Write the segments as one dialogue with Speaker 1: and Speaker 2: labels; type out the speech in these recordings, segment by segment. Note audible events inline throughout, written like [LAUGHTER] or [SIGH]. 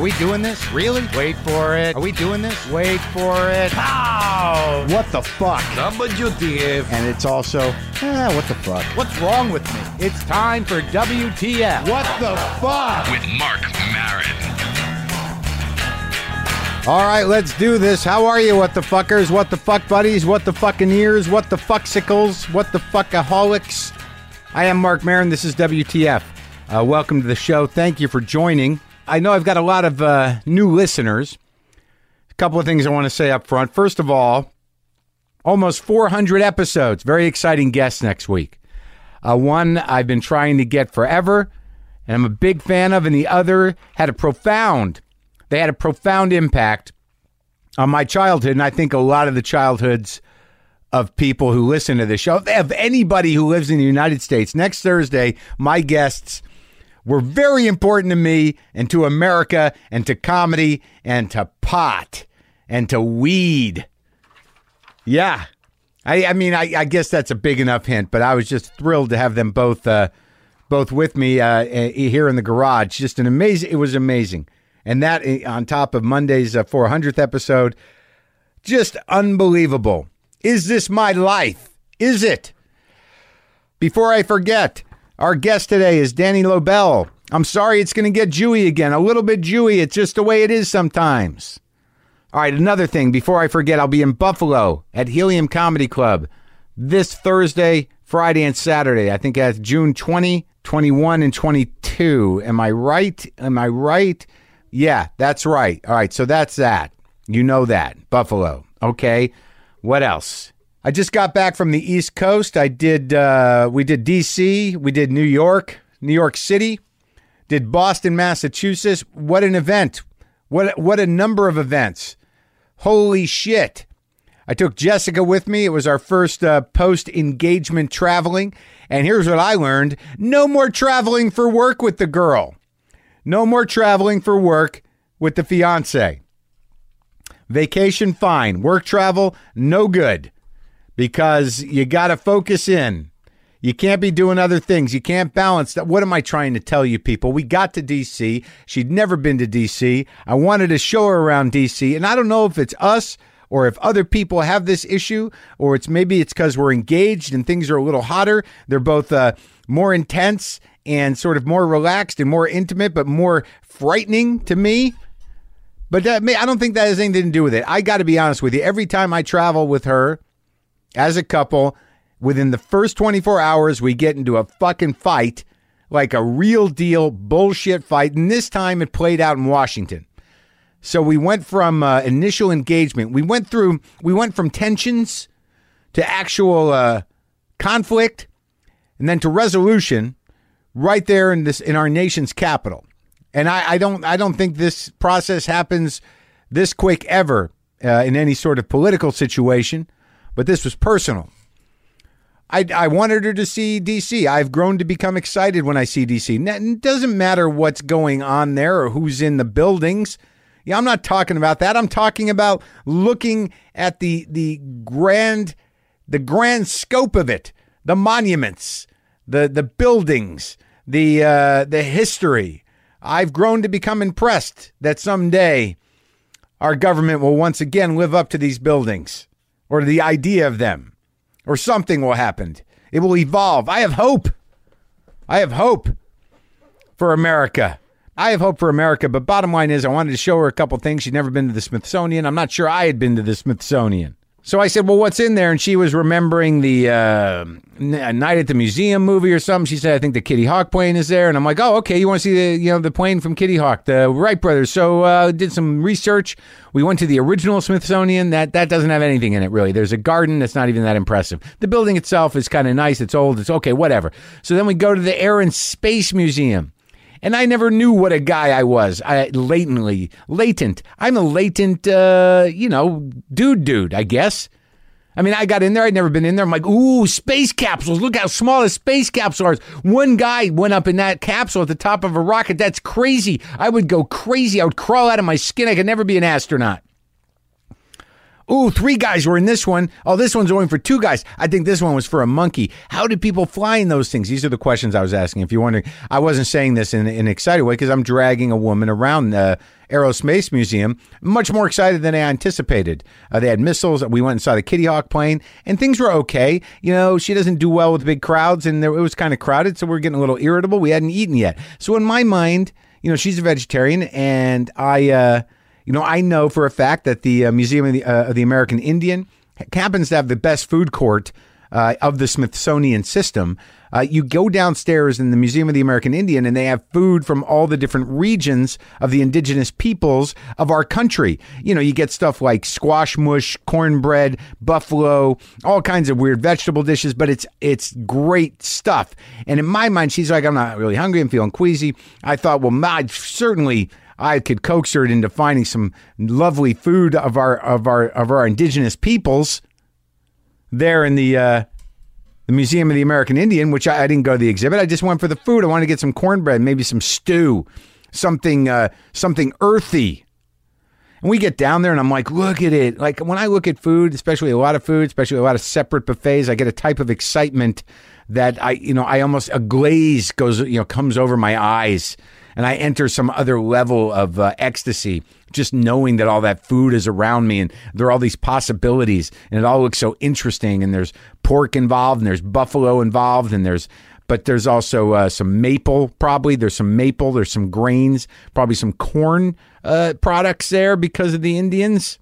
Speaker 1: we doing this? Really? Wait for it. Are we doing this? Wait for it. Pow! What the fuck?
Speaker 2: WTF.
Speaker 1: And it's also, ah, what the fuck? What's wrong with me? It's time for WTF. What the fuck?
Speaker 3: With Mark Marin.
Speaker 1: All right, let's do this. How are you, what the fuckers? What the fuck buddies? What the fucking ears? What the fucksicles? What the fuckaholics? I am Mark Marin. This is WTF. Uh, welcome to the show. Thank you for joining. I know I've got a lot of uh, new listeners. A couple of things I want to say up front. First of all, almost 400 episodes. Very exciting guests next week. Uh, one I've been trying to get forever, and I'm a big fan of, and the other had a profound. They had a profound impact on Uh, my childhood, and I think a lot of the childhoods of people who listen to the show, of anybody who lives in the United States. Next Thursday, my guests were very important to me and to America and to comedy and to pot and to weed. Yeah. I, I mean, I, I guess that's a big enough hint, but I was just thrilled to have them both, uh, both with me uh, eh, here in the garage. Just an amazing, it was amazing. And that eh, on top of Monday's uh, 400th episode, just unbelievable. Is this my life? Is it? Before I forget, our guest today is Danny Lobel. I'm sorry it's going to get Jewy again, a little bit Jewy. It's just the way it is sometimes. All right, another thing before I forget, I'll be in Buffalo at Helium Comedy Club this Thursday, Friday, and Saturday. I think that's June 20, 21, and 22. Am I right? Am I right? Yeah, that's right. All right, so that's that. You know that. Buffalo. Okay. What else? I just got back from the East Coast. I did, uh, we did DC, we did New York, New York City did Boston, Massachusetts. What an event. What what a number of events. Holy shit. I took Jessica with me. It was our first uh, post engagement traveling. And here's what I learned no more traveling for work with the girl, no more traveling for work with the fiance. Vacation, fine. Work travel, no good because you got to focus in. You can't be doing other things. You can't balance that. What am I trying to tell you people? We got to DC. She'd never been to DC. I wanted to show her around DC. And I don't know if it's us or if other people have this issue or it's maybe it's because we're engaged and things are a little hotter. They're both uh, more intense and sort of more relaxed and more intimate, but more frightening to me. But that may, I don't think that has anything to do with it. I got to be honest with you. Every time I travel with her, as a couple. Within the first 24 hours, we get into a fucking fight, like a real deal bullshit fight. And this time it played out in Washington. So we went from uh, initial engagement, we went through, we went from tensions to actual uh, conflict and then to resolution right there in this in our nation's capital. And I, I don't I don't think this process happens this quick ever uh, in any sort of political situation, but this was personal. I, I wanted her to see DC. I've grown to become excited when I see DC. N- It doesn't matter what's going on there or who's in the buildings. Yeah, I'm not talking about that. I'm talking about looking at the the grand the grand scope of it, the monuments, the the buildings, the uh, the history. I've grown to become impressed that someday our government will once again live up to these buildings or the idea of them or something will happen. It will evolve. I have hope. I have hope for America. I have hope for America. But bottom line is, I wanted to show her a couple things. She'd never been to the Smithsonian. I'm not sure I had been to the Smithsonian. So I said, "Well, what's in there?" And she was remembering the uh, N- Night at the Museum movie or something. She said, "I think the Kitty Hawk plane is there." And I'm like, "Oh, okay. You want to see the you know the plane from Kitty Hawk, the Wright brothers?" So uh, did some research. We went to the original Smithsonian. That that doesn't have anything in it really. There's a garden that's not even that impressive. The building itself is kind of nice. It's old. It's okay, whatever. So then we go to the Air and Space Museum. And I never knew what a guy I was. I latently, latent. I'm a latent, uh, you know, dude, dude. I guess. I mean, I got in there. I'd never been in there. I'm like, ooh, space capsules. Look how small the space capsule is. One guy went up in that capsule at the top of a rocket. That's crazy. I would go crazy. I would crawl out of my skin. I could never be an astronaut. Ooh, three guys were in this one. Oh, this one's only for two guys. I think this one was for a monkey. How did people fly in those things? These are the questions I was asking. If you're wondering, I wasn't saying this in, in an excited way because I'm dragging a woman around the Aerospace Museum, much more excited than I anticipated. Uh, they had missiles. We went and saw the Kitty Hawk plane, and things were okay. You know, she doesn't do well with big crowds, and there, it was kind of crowded, so we we're getting a little irritable. We hadn't eaten yet. So, in my mind, you know, she's a vegetarian, and I. Uh, you know, I know for a fact that the uh, Museum of the, uh, of the American Indian happens to have the best food court uh, of the Smithsonian system. Uh, you go downstairs in the Museum of the American Indian, and they have food from all the different regions of the indigenous peoples of our country. You know, you get stuff like squash mush, cornbread, buffalo, all kinds of weird vegetable dishes, but it's it's great stuff. And in my mind, she's like, I'm not really hungry. I'm feeling queasy. I thought, well, my, certainly. I could coax her into finding some lovely food of our of our of our indigenous peoples there in the uh, the Museum of the American Indian, which I, I didn't go to the exhibit. I just went for the food. I wanted to get some cornbread, maybe some stew, something uh, something earthy. And we get down there, and I'm like, look at it. Like when I look at food, especially a lot of food, especially a lot of separate buffets, I get a type of excitement that I, you know, I almost a glaze goes, you know, comes over my eyes, and I enter some other level of uh, ecstasy just knowing that all that food is around me, and there are all these possibilities, and it all looks so interesting. And there's pork involved, and there's buffalo involved, and there's but there's also uh, some maple probably there's some maple there's some grains probably some corn uh, products there because of the indians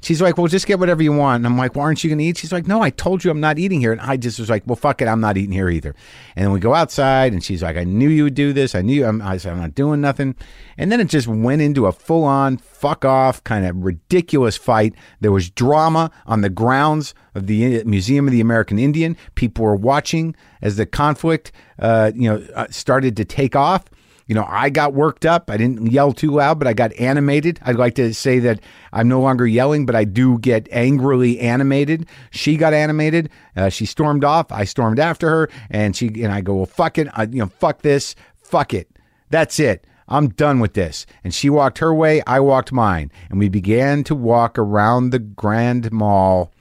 Speaker 1: she's like well just get whatever you want and i'm like well aren't you going to eat she's like no i told you i'm not eating here and i just was like well fuck it i'm not eating here either and then we go outside and she's like i knew you would do this i knew I'm, i said i'm not doing nothing and then it just went into a full-on fuck off kind of ridiculous fight there was drama on the grounds of the uh, Museum of the American Indian. People were watching as the conflict, uh, you know, uh, started to take off. You know, I got worked up. I didn't yell too loud, but I got animated. I'd like to say that I'm no longer yelling, but I do get angrily animated. She got animated. Uh, she stormed off. I stormed after her, and she and I go, well, fuck it. I, you know, fuck this. Fuck it. That's it. I'm done with this. And she walked her way. I walked mine, and we began to walk around the Grand Mall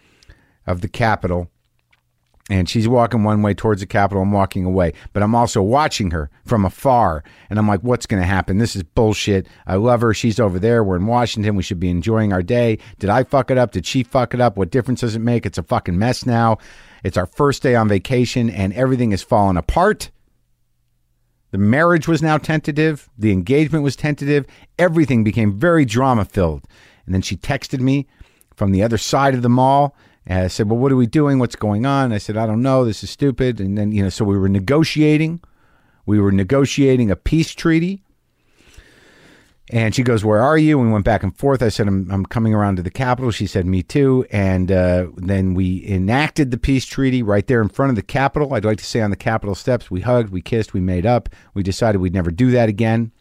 Speaker 1: of the Capitol. And she's walking one way towards the Capitol. I'm walking away, but I'm also watching her from afar. And I'm like, what's going to happen? This is bullshit. I love her. She's over there. We're in Washington. We should be enjoying our day. Did I fuck it up? Did she fuck it up? What difference does it make? It's a fucking mess now. It's our first day on vacation, and everything is falling apart. The marriage was now tentative. The engagement was tentative. Everything became very drama filled. And then she texted me from the other side of the mall and I said, Well, what are we doing? What's going on? I said, I don't know. This is stupid. And then, you know, so we were negotiating. We were negotiating a peace treaty. And she goes, Where are you? And we went back and forth. I said, I'm, I'm coming around to the Capitol. She said, Me too. And uh, then we enacted the peace treaty right there in front of the Capitol. I'd like to say on the Capitol steps, we hugged, we kissed, we made up. We decided we'd never do that again.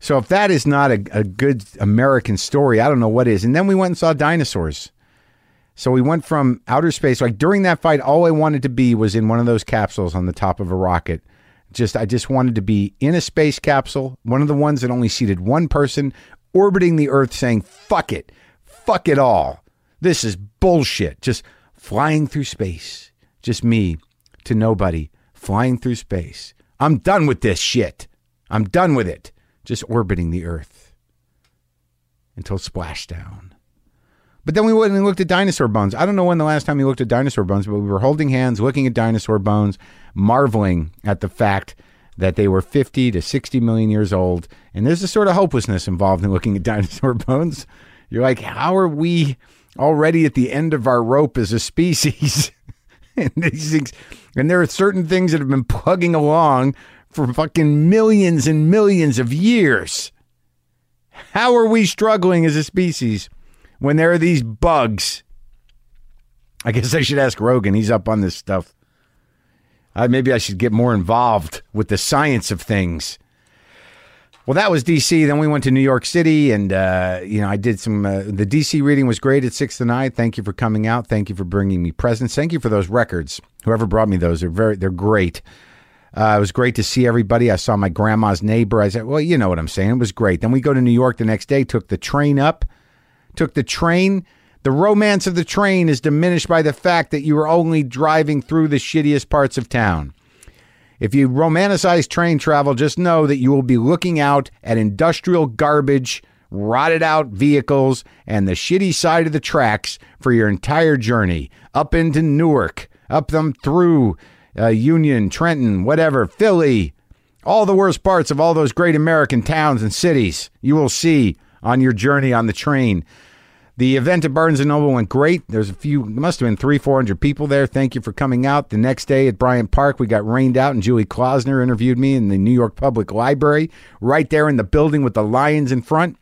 Speaker 1: So if that is not a, a good American story, I don't know what is. And then we went and saw dinosaurs. So we went from outer space. Like during that fight, all I wanted to be was in one of those capsules on the top of a rocket. Just I just wanted to be in a space capsule, one of the ones that only seated one person, orbiting the Earth, saying "fuck it, fuck it all, this is bullshit." Just flying through space, just me to nobody, flying through space. I'm done with this shit. I'm done with it. Just orbiting the Earth until splashdown. But then we went and looked at dinosaur bones. I don't know when the last time we looked at dinosaur bones, but we were holding hands, looking at dinosaur bones, marveling at the fact that they were 50 to 60 million years old. And there's a sort of hopelessness involved in looking at [LAUGHS] dinosaur bones. You're like, how are we already at the end of our rope as a species? [LAUGHS] and these things, and there are certain things that have been plugging along for fucking millions and millions of years. How are we struggling as a species? when there are these bugs. I guess I should ask Rogan. He's up on this stuff. Uh, maybe I should get more involved with the science of things. Well, that was DC. Then we went to New York City, and uh, you know, I did some. Uh, the DC reading was great at six to nine. Thank you for coming out. Thank you for bringing me presents. Thank you for those records. Whoever brought me those, they're very, they're great. Uh, it was great to see everybody. I saw my grandma's neighbor. I said, "Well, you know what I'm saying." It was great. Then we go to New York the next day. Took the train up took the train. The romance of the train is diminished by the fact that you were only driving through the shittiest parts of town. If you romanticize train travel, just know that you will be looking out at industrial garbage, rotted out vehicles, and the shitty side of the tracks for your entire journey up into Newark, up them through uh, Union, Trenton, whatever, Philly, all the worst parts of all those great American towns and cities you will see on your journey on the train. The event at Barnes and Noble went great. There's a few, must have been three, four hundred people there. Thank you for coming out. The next day at Bryant Park, we got rained out, and Julie Klausner interviewed me in the New York Public Library, right there in the building with the lions in front.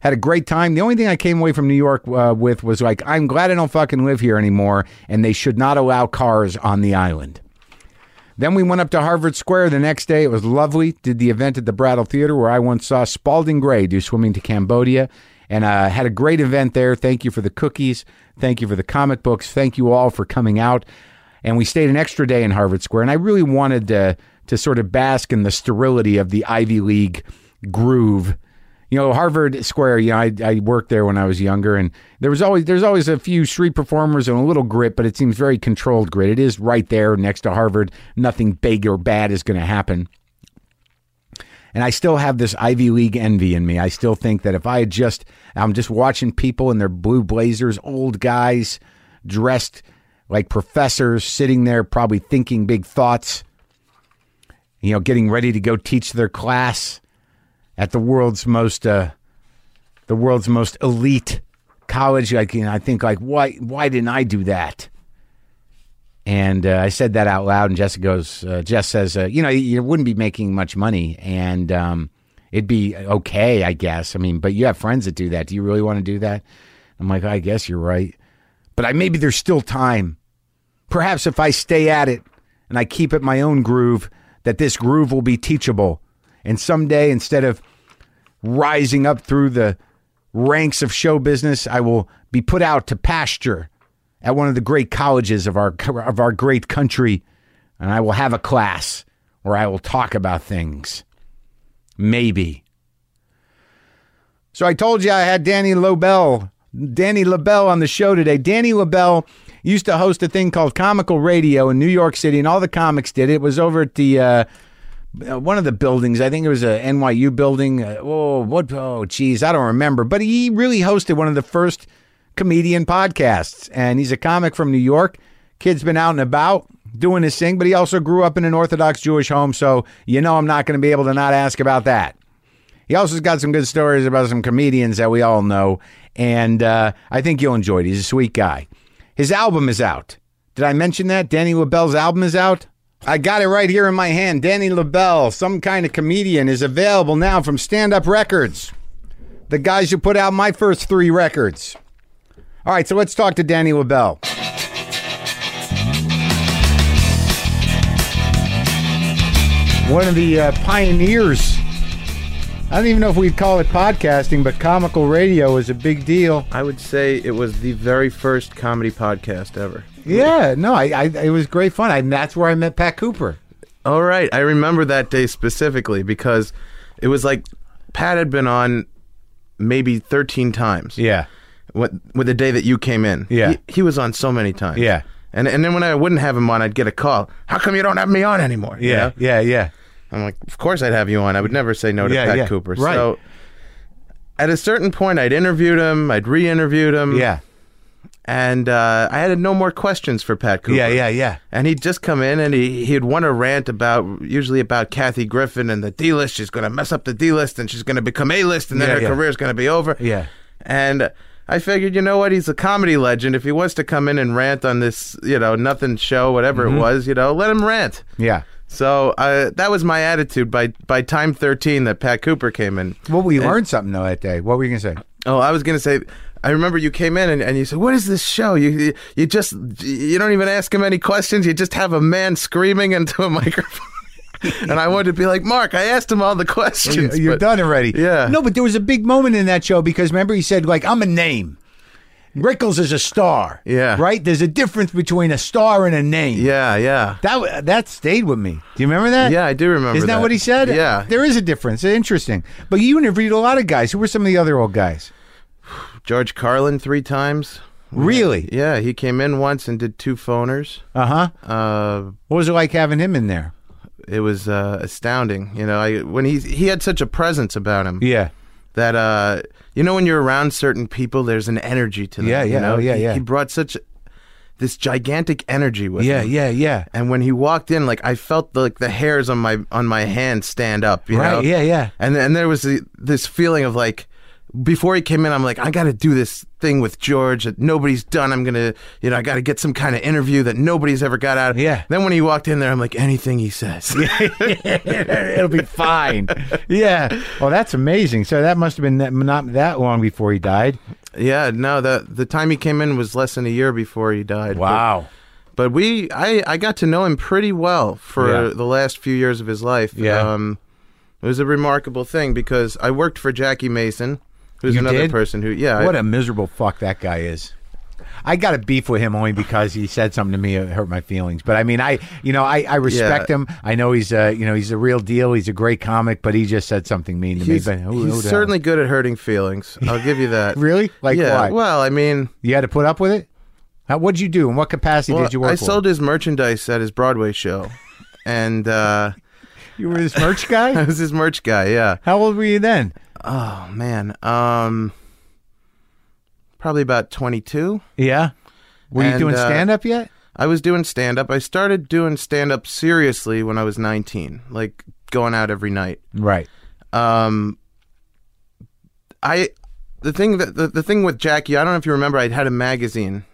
Speaker 1: Had a great time. The only thing I came away from New York uh, with was like, I'm glad I don't fucking live here anymore, and they should not allow cars on the island. Then we went up to Harvard Square the next day. It was lovely. Did the event at the Brattle Theater where I once saw Spalding Gray do swimming to Cambodia and uh, had a great event there. Thank you for the cookies. Thank you for the comic books. Thank you all for coming out. And we stayed an extra day in Harvard Square. And I really wanted to, to sort of bask in the sterility of the Ivy League groove you know Harvard Square. You know, I, I worked there when I was younger, and there was always there's always a few street performers and a little grit, but it seems very controlled grit. It is right there next to Harvard. Nothing big or bad is going to happen. And I still have this Ivy League envy in me. I still think that if I had just I'm just watching people in their blue blazers, old guys dressed like professors, sitting there probably thinking big thoughts. You know, getting ready to go teach their class at the world's most uh, the world's most elite college. Like, you know, I think like why why didn't I do that? And uh, I said that out loud, and Jessica goes, uh, Jess says, uh, you know, you wouldn't be making much money, and um, it'd be okay, I guess. I mean, but you have friends that do that. Do you really want to do that? I'm like, I guess you're right, but I maybe there's still time. Perhaps if I stay at it and I keep it my own groove, that this groove will be teachable. And someday, instead of rising up through the ranks of show business, I will be put out to pasture at one of the great colleges of our of our great country, and I will have a class where I will talk about things. Maybe. So I told you I had Danny Lobel, Danny LaBelle on the show today. Danny LaBelle used to host a thing called Comical Radio in New York City, and all the comics did it. It was over at the uh, uh, one of the buildings. I think it was a NYU building. Uh, oh, what? Oh, geez, I don't remember. But he really hosted one of the first comedian podcasts, and he's a comic from New York. Kid's been out and about doing his thing, but he also grew up in an Orthodox Jewish home, so you know I'm not going to be able to not ask about that. He also's got some good stories about some comedians that we all know, and uh, I think you'll enjoy it. He's a sweet guy. His album is out. Did I mention that? Danny LaBelle's album is out. I got it right here in my hand. Danny LaBelle, some kind of comedian, is available now from Stand Up Records, the guys who put out my first three records. All right, so let's talk to Danny LaBelle. One of the uh, pioneers. I don't even know if we'd call it podcasting, but comical radio was a big deal.
Speaker 2: I would say it was the very first comedy podcast ever.
Speaker 1: Yeah, no, I, I it was great fun. I, and that's where I met Pat Cooper.
Speaker 2: All right, I remember that day specifically because it was like Pat had been on maybe 13 times.
Speaker 1: Yeah,
Speaker 2: What with the day that you came in.
Speaker 1: Yeah.
Speaker 2: He, he was on so many times.
Speaker 1: Yeah.
Speaker 2: And and then when I wouldn't have him on, I'd get a call. How come you don't have me on anymore? You know?
Speaker 1: yeah, yeah.
Speaker 2: I'm like, of course I'd have you on. I would never say no to
Speaker 1: Yeah,
Speaker 2: Pat
Speaker 1: yeah,
Speaker 2: Cooper.
Speaker 1: right.
Speaker 2: So at a certain point, I'd interviewed him. I'd re-interviewed him.
Speaker 1: Yeah,
Speaker 2: and uh, I had no more questions for Pat Cooper.
Speaker 1: yeah, yeah, yeah.
Speaker 2: And he'd just come in and he he'd want to rant about usually about Kathy Griffin and the D list. She's going to mess up the D list and she's going to become A list and then
Speaker 1: Yeah,
Speaker 2: her
Speaker 1: yeah.
Speaker 2: career's going to be over.
Speaker 1: Yeah.
Speaker 2: And I figured, you know what? He's a comedy legend. If he wants to come in and rant on this, you know, nothing show, whatever it was, you know, let him rant.
Speaker 1: Mm-hmm. Yeah.
Speaker 2: So uh, that was my attitude by by time thirteen that Pat Cooper came in.
Speaker 1: Well, we learned something though that day. What were you gonna say?
Speaker 2: Oh, I was gonna say. I remember you came in and, and you said, "What is this show? You, you you just you don't even ask him any questions. You just have a man screaming into a [LAUGHS] microphone." and I wanted to be like, "Mark, I asked him all the
Speaker 1: You,
Speaker 2: questions."
Speaker 1: you're
Speaker 2: but-
Speaker 1: done already.
Speaker 2: Yeah.
Speaker 1: No, but there was a big moment in that show because remember he said like I'm a name. Rickles is a star.
Speaker 2: Yeah.
Speaker 1: Right. There's a difference between a star and a name.
Speaker 2: Yeah, yeah,
Speaker 1: That w- that stayed with me. Do you remember that?
Speaker 2: yeah. I do remember.
Speaker 1: Isn't that, what he said?
Speaker 2: Yeah.
Speaker 1: There is a difference. Interesting. But you interviewed a lot of guys. Who were some of the other old guys?
Speaker 2: George Carlin three times.
Speaker 1: Really?
Speaker 2: Yeah, he came in once and did two phoners.
Speaker 1: Uh huh.
Speaker 2: Uh,
Speaker 1: What was it like having him in there?
Speaker 2: it was uh, astounding. You know, I when he he had such a presence about him.
Speaker 1: Yeah.
Speaker 2: that uh you know when you're around certain people there's an energy to them
Speaker 1: Yeah,
Speaker 2: you
Speaker 1: yeah,
Speaker 2: know?
Speaker 1: oh, yeah,
Speaker 2: he,
Speaker 1: yeah.
Speaker 2: he brought such this gigantic energy with
Speaker 1: Yeah,
Speaker 2: him
Speaker 1: yeah, yeah.
Speaker 2: and when he walked in like i felt the, like the hairs on my on my hand stand up you
Speaker 1: Right,
Speaker 2: know?
Speaker 1: yeah, yeah.
Speaker 2: and and there was the, this feeling of like before he came in i'm like i gotta do this thing with george that nobody's done i'm gonna you know i gotta get some kind of interview that nobody's ever got out of
Speaker 1: Yeah.
Speaker 2: then when he walked in there i'm like anything he says
Speaker 1: [LAUGHS] It'll be fine. yeah. Well, that's amazing. So that must have been that, not that long before he died.
Speaker 2: [LAUGHS] yeah no the the time he came in was less than a year before he died But- but we I, I got to know him pretty well for
Speaker 1: Yeah.
Speaker 2: the last few years of his life
Speaker 1: Yeah.
Speaker 2: um, it was a remarkable thing because i worked for jackie mason who's
Speaker 1: You
Speaker 2: another
Speaker 1: did?
Speaker 2: person who yeah
Speaker 1: What
Speaker 2: I-
Speaker 1: a miserable fuck that guy is. I got a beef with him only because he said something to me that hurt my feelings. But I mean, I you know I, I respect
Speaker 2: Yeah.
Speaker 1: him. I know he's uh you know he's a real deal. He's a great comic, but he just said something mean to
Speaker 2: he's,
Speaker 1: me. But who-
Speaker 2: he's
Speaker 1: who the hell-
Speaker 2: certainly good at hurting
Speaker 1: [LAUGHS]
Speaker 2: feelings i'll give you that
Speaker 1: really like
Speaker 2: yeah
Speaker 1: why?
Speaker 2: well i mean
Speaker 1: you had to put up with it. How, what'd you do? In what capacity
Speaker 2: well,
Speaker 1: did you work?
Speaker 2: i
Speaker 1: for
Speaker 2: sold his merchandise at his broadway show and uh, [LAUGHS]
Speaker 1: him? You were this merch
Speaker 2: i [LAUGHS]
Speaker 1: guy.
Speaker 2: was his merch guy yeah
Speaker 1: How old were you then?
Speaker 2: oh man um, probably about 22
Speaker 1: Yeah. Were you
Speaker 2: And,
Speaker 1: doing
Speaker 2: uh,
Speaker 1: stand up yet?
Speaker 2: I was doing stand up. I started doing stand up seriously when I was 19, like going out every night.
Speaker 1: Right.
Speaker 2: Um, I the thing that the, the thing with Jackie, I don't know if you remember, I had a magazine,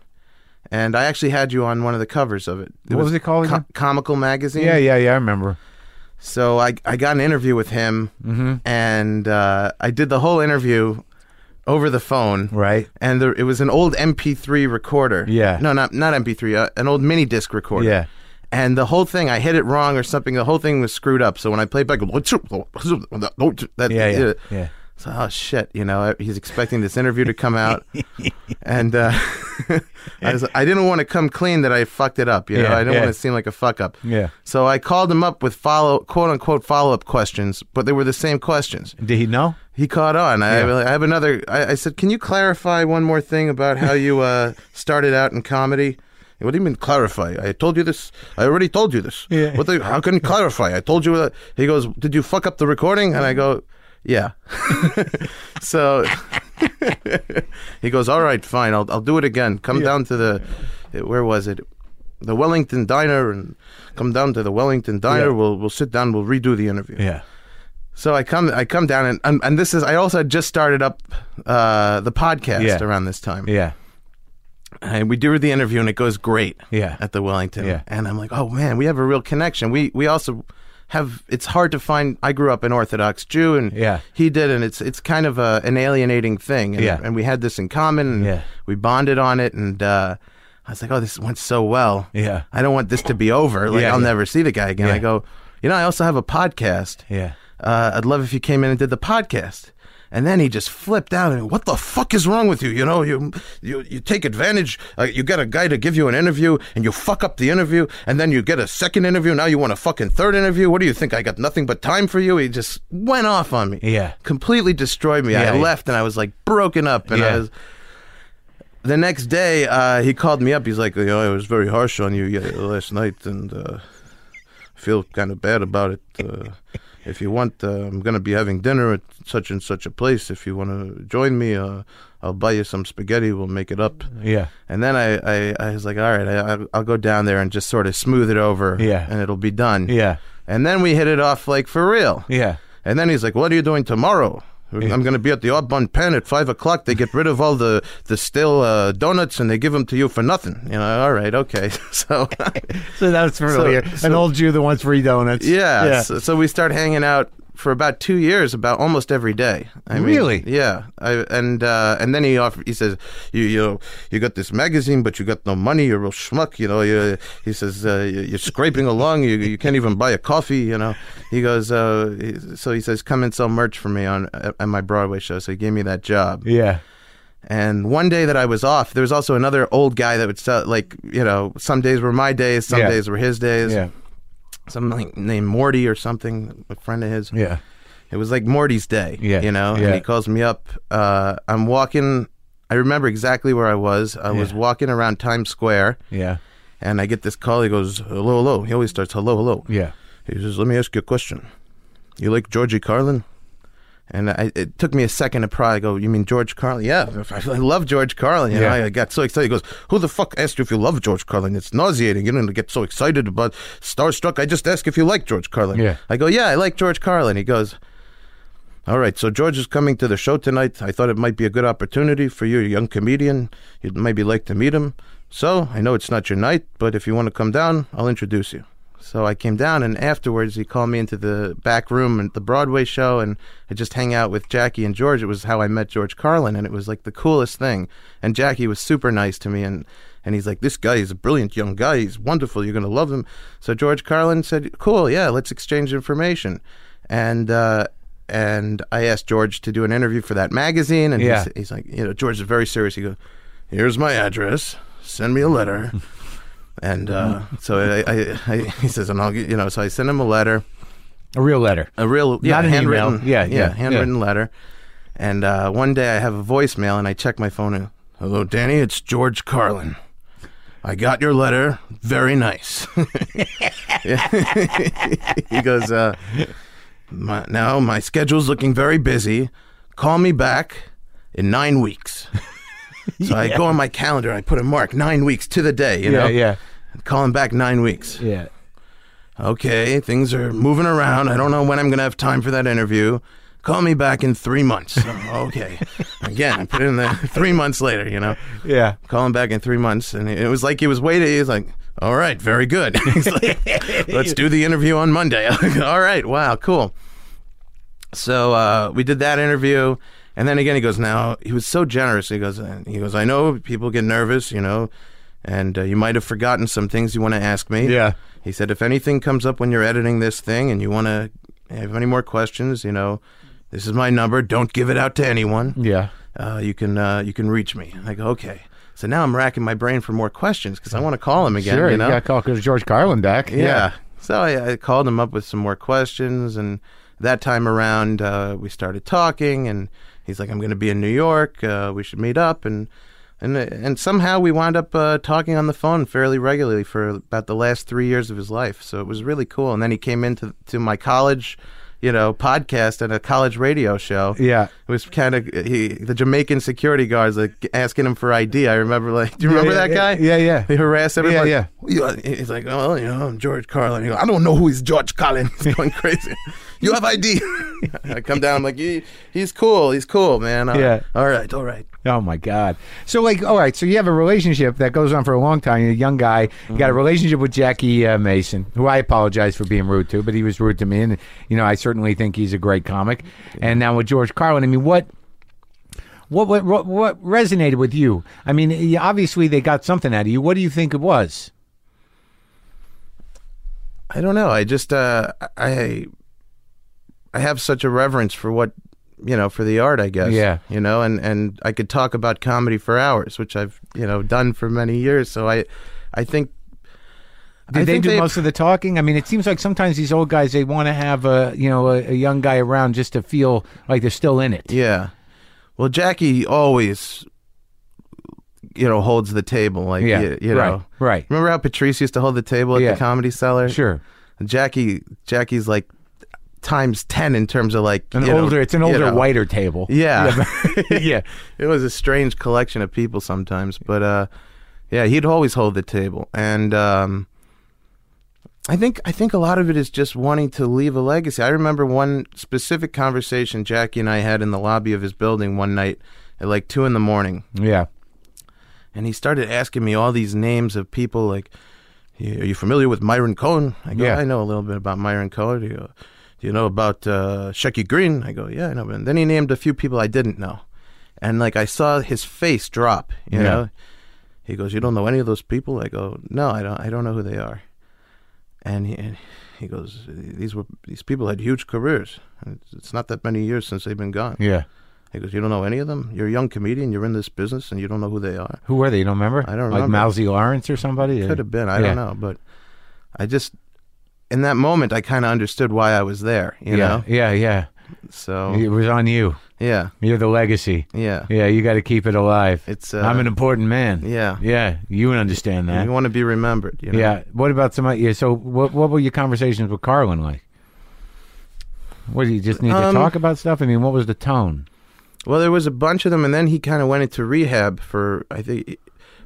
Speaker 2: and I actually had you on one of the covers of it.
Speaker 1: What was it called again?
Speaker 2: Comical magazine.
Speaker 1: Yeah, yeah, yeah. I remember.
Speaker 2: So I I got an interview with him,
Speaker 1: Mm-hmm.
Speaker 2: and uh, I did the whole interview over the phone.
Speaker 1: Right.
Speaker 2: And there, it was an old MP3 recorder.
Speaker 1: Yeah.
Speaker 2: No, not not MP3. Uh, an old mini disc recorder.
Speaker 1: Yeah.
Speaker 2: And the whole thing, I hit it wrong or something. The whole thing was screwed up. So when I played back, [LAUGHS] that,
Speaker 1: Yeah, yeah, yeah.
Speaker 2: So, oh shit! You know, he's expecting this interview to
Speaker 1: [LAUGHS]
Speaker 2: come out, and uh, [LAUGHS] I, was, I didn't want to come clean that I fucked it up. You know,
Speaker 1: Yeah,
Speaker 2: I didn't
Speaker 1: yeah.
Speaker 2: want to seem like a fuck up.
Speaker 1: Yeah.
Speaker 2: So I called him up with follow quote unquote follow up questions, but they were the same questions
Speaker 1: Did he know?
Speaker 2: he caught on. I, I have another. I, I said, "Can you clarify one more thing about how you uh, [LAUGHS] started out in comedy?" What do you mean clarify? I told you this. I already told you this.
Speaker 1: Yeah.
Speaker 2: What? The, how can you clarify? I told you. That. He goes, "Did you fuck up the recording?" And I go, "Yeah." [LAUGHS] so [LAUGHS] he goes, "All right, fine. I'll I'll do it again. Come down to the where was it? The Wellington Diner, and come down to the Wellington Diner.
Speaker 1: Yeah.
Speaker 2: We'll we'll sit down. We'll redo the interview."
Speaker 1: Yeah.
Speaker 2: So I come, I come down, and and, and this is I also had just started up uh, the podcast
Speaker 1: Yeah.
Speaker 2: around this time,
Speaker 1: Yeah.
Speaker 2: and we do the interview, and it goes great,
Speaker 1: Yeah.
Speaker 2: at the Wellington,
Speaker 1: Yeah.
Speaker 2: and I'm like, oh man, we have a real connection. We we also have it's hard to find. I grew up an Orthodox Jew, and
Speaker 1: Yeah.
Speaker 2: he did, and it's it's kind of a, an alienating thing, and,
Speaker 1: Yeah.
Speaker 2: and we had this in common, and
Speaker 1: Yeah.
Speaker 2: we bonded on it, and uh, I was like, oh, this went so well,
Speaker 1: Yeah.
Speaker 2: I don't want this to be over. Like
Speaker 1: Yeah,
Speaker 2: I'll
Speaker 1: yeah.
Speaker 2: never see the guy again.
Speaker 1: Yeah.
Speaker 2: I go, you know, I also have a podcast,
Speaker 1: Yeah.
Speaker 2: uh, I'd love if you came in and did the podcast. And then he just flipped out and what the fuck is wrong with you? You know, you you, you take advantage. Uh, you get a guy to give you an interview and you fuck up the interview, and then you get a second interview. Now you want a fucking third interview. What do you think? I got nothing but time for you. He just went off on me.
Speaker 1: Yeah.
Speaker 2: completely destroyed me.
Speaker 1: Yeah,
Speaker 2: I
Speaker 1: yeah.
Speaker 2: left and I was like broken up. And
Speaker 1: Yeah.
Speaker 2: I was the next day uh, he called me up. He's like, you know, I was very harsh on you yeah, last night, and. Uh, feel kind of bad about it. Uh,
Speaker 1: [LAUGHS]
Speaker 2: if you want, uh, I'm going to be having dinner at such and such a place. If you want to join me, uh, I'll buy you some spaghetti. We'll make it up.
Speaker 1: Yeah.
Speaker 2: And then I, I, I was like, all right, I, I- I'll go down there and just sort of smooth it over.
Speaker 1: Yeah.
Speaker 2: And it'll be done.
Speaker 1: Yeah.
Speaker 2: And then we hit it off like for real.
Speaker 1: Yeah.
Speaker 2: And then he's like, "What are you doing tomorrow?" I'm going to be at the Audubon Pen at five o'clock. They get rid of all the the stale uh, donuts and they give them to you for nothing. You know, all right, okay. [LAUGHS]
Speaker 1: [LAUGHS]
Speaker 2: So
Speaker 1: So that's really an
Speaker 2: so-
Speaker 1: old Jew that wants free donuts.
Speaker 2: Yeah. So, so we start hanging out for about two years, about almost every day. I mean,
Speaker 1: Really?
Speaker 2: Yeah. I, and uh, and then he offered, he says, you you know, you got this magazine, but you got no money. You're a real schmuck. You know. You he says uh, you- you're scraping along. You you can't even buy a coffee. You know. He goes. Uh, he- so he says, come and sell merch for me on at at my Broadway show. So he gave me that job.
Speaker 1: Yeah.
Speaker 2: And one day that I was off, there was also another old guy that would sell. Like you know, some days were my days, some
Speaker 1: Yeah.
Speaker 2: days were his days
Speaker 1: Yeah.
Speaker 2: some like named Morty or something, a friend of his.
Speaker 1: Yeah.
Speaker 2: It was like Morty's day.
Speaker 1: Yeah,
Speaker 2: You know?
Speaker 1: yeah.
Speaker 2: And he calls me up. Uh, I'm walking I remember exactly where I was. I was
Speaker 1: Yeah.
Speaker 2: walking around Times Square,
Speaker 1: Yeah.
Speaker 2: and I get this call. He goes, "Hello, hello." He always starts, "Hello, hello."
Speaker 1: Yeah.
Speaker 2: He says, "Let me ask you a question. You like Georgie Carlin?" And I, it took me a second to probably go, "You mean George Carlin?" Yeah, I love George Carlin. You know,
Speaker 1: Yeah.
Speaker 2: I got so excited. He goes, "Who the fuck asked you if you love George Carlin? It's nauseating. You don't get so excited about starstruck. I just ask if you like George Carlin."
Speaker 1: Yeah.
Speaker 2: I go, "Yeah, I like George Carlin." He goes. All right, so George is coming to the show tonight. I thought it might be a good opportunity for you, a young comedian. You'd maybe like to meet him. So I know it's not your night, but if you want to come down, I'll introduce you. So I came down, and afterwards he called me into the back room at the Broadway show, and I just hang out with Jackie and George. It was how I met George Carlin, and it was like the coolest thing. And Jackie was super nice to me, and and he's like, "This guy is a brilliant young guy. He's wonderful. You're gonna love him." So George Carlin said, "Cool, yeah, let's exchange information," and. uh and I asked George to do an interview for that magazine, and
Speaker 1: Yeah.
Speaker 2: he's, he's like, you know, George is very serious. He goes, "Here's my address. Send me a letter." and uh, so I, I, I, he says, and I'll, get, you know, so I send him a letter,
Speaker 1: A real letter.
Speaker 2: a real, yeah,
Speaker 1: Not an email. Mm,
Speaker 2: handwritten,
Speaker 1: Yeah, yeah, yeah.
Speaker 2: handwritten letter. And uh, one day I have a voicemail, and I check my phone. And, Hello, Danny. It's George Carlin. I got your letter. Very nice. [LAUGHS] he goes, uh, my, now my schedule's looking very busy. Call me back in
Speaker 1: [LAUGHS]
Speaker 2: nine weeks. so I go on my calendar. I put a mark nine weeks to the day. You
Speaker 1: yeah,
Speaker 2: know,
Speaker 1: yeah.
Speaker 2: Call him back nine weeks.
Speaker 1: Yeah.
Speaker 2: Okay, things are moving around. I don't know when I'm going to have time for that interview. Call me back in three months. okay. Again, I put it in the [LAUGHS] three months later, you know.
Speaker 1: Yeah.
Speaker 2: Call him back in three months. And it was like he was waiting. He was like, all right, very good. [LAUGHS] He's like, let's do the interview on Monday. [LAUGHS] I'm like, all right, wow, cool. So uh, we did that interview. And then again, he goes, now, he was so generous. He goes, uh, he goes, I know people get nervous, you know, and uh, you might have forgotten some things you want to ask me.
Speaker 1: Yeah.
Speaker 2: He said, if anything comes up when you're editing this thing and you want to have any more questions, you know, this is my number. Don't give it out to anyone.
Speaker 1: Yeah.
Speaker 2: Uh, you can uh, you can reach me. I go, okay. So now I'm racking my brain for more questions because I want to call him again.
Speaker 1: sure.
Speaker 2: you know,
Speaker 1: got called because George Carlin back.
Speaker 2: yeah. So I, I called him up with some more questions, and that time around uh, we started talking, and he's like, "I'm going to be in New York. Uh, we should meet up." And and and somehow we wound up uh, talking on the phone fairly regularly for about the last three years of his life. So it was really cool. And then he came into to my college, you know, podcast and a college radio show.
Speaker 1: Yeah.
Speaker 2: It was kind of he, the Jamaican security guards like asking him for ID. I remember like, do you remember
Speaker 1: yeah,
Speaker 2: that
Speaker 1: yeah,
Speaker 2: guy?
Speaker 1: yeah, yeah.
Speaker 2: He harassed everybody.
Speaker 1: yeah.
Speaker 2: You- He's like, oh, you know, I'm George Carlin. He goes, I don't know who is George Carlin. [LAUGHS]
Speaker 1: [LAUGHS]
Speaker 2: He's going crazy. you have ID. [LAUGHS] I come down. I'm like, he, he's cool. He's cool, man. Uh,
Speaker 1: Yeah.
Speaker 2: All right. All right.
Speaker 1: Oh my God. So like, all right. So you have a relationship that goes on for a long time. You're a young guy. You got
Speaker 2: Mm-hmm.
Speaker 1: a relationship with Jackie uh, Mason, who I apologize for being rude to, but he was rude to me, and you know I certainly think he's a great comic. And now with George Carlin, I mean, what? What, what what what resonated with you? I mean, y- obviously they got something out of you. What do you think it was?
Speaker 2: I don't know. I just uh, I I have such a reverence for what you know for the art. I guess.
Speaker 1: Yeah.
Speaker 2: You know, and and I could talk about comedy for hours, which I've you know done for many years. So I I think.
Speaker 1: Did
Speaker 2: I
Speaker 1: they
Speaker 2: think
Speaker 1: do most of the talking? I mean, it seems like sometimes these old guys they want to have a you know a, a young guy around just to feel like they're still in it.
Speaker 2: Yeah. Well, Jackie always, you know, holds the table. Like,
Speaker 1: Yeah,
Speaker 2: yeah, you, you know,
Speaker 1: right, right.
Speaker 2: Remember how Patrice used to hold the table at
Speaker 1: Yeah.
Speaker 2: the Comedy Cellar?
Speaker 1: Sure.
Speaker 2: Jackie, Jackie's like times ten in terms of like
Speaker 1: An
Speaker 2: you know,
Speaker 1: older, it's an
Speaker 2: you
Speaker 1: older,
Speaker 2: know.
Speaker 1: whiter table.
Speaker 2: Yeah.
Speaker 1: [LAUGHS] yeah.
Speaker 2: it was a strange collection of people sometimes, but uh, yeah, he'd always hold the table, and um, I think I think a lot of it is just wanting to leave a legacy. I remember one specific conversation Jackie and I had in the lobby of his building one night at like two in the morning,
Speaker 1: Yeah.
Speaker 2: and he started asking me all these names of people like are you familiar with myron cohen i go
Speaker 1: Yeah.
Speaker 2: i know a little bit about myron cohen he go, do you know about uh, shecky green i go yeah i know and then he named a few people i didn't know and like i saw his face drop you
Speaker 1: Yeah.
Speaker 2: know he goes you don't know any of those people i go no i don't i don't know who they are and he, and he goes these were these people had huge careers And it's- it's not that many years since they've been gone
Speaker 1: Yeah.
Speaker 2: he goes you don't know any of them you're a young comedian you're in this business and you don't know who they are
Speaker 1: Who were they? You don't remember?
Speaker 2: I don't
Speaker 1: Like
Speaker 2: remember.
Speaker 1: Mousy Lawrence or somebody?
Speaker 2: could have been. I
Speaker 1: Yeah.
Speaker 2: don't know, but I just in that moment I kind of understood why I was there. You
Speaker 1: yeah.
Speaker 2: know, Oh.
Speaker 1: Yeah. Yeah.
Speaker 2: so
Speaker 1: It was on you.
Speaker 2: yeah. Yeah.
Speaker 1: You're the legacy.
Speaker 2: Yeah.
Speaker 1: Yeah, you got to keep it alive.
Speaker 2: It's, uh,
Speaker 1: I'm an important man.
Speaker 2: Yeah.
Speaker 1: Yeah, you would understand that.
Speaker 2: You want to be remembered. You know?
Speaker 1: Yeah. What about some? Yeah. So, what what were your conversations with Carlin like? What do you just need to
Speaker 2: Um,
Speaker 1: talk about stuff? I mean, what was the tone?
Speaker 2: Well, there was a bunch of them, and then he kind of went into rehab for. I think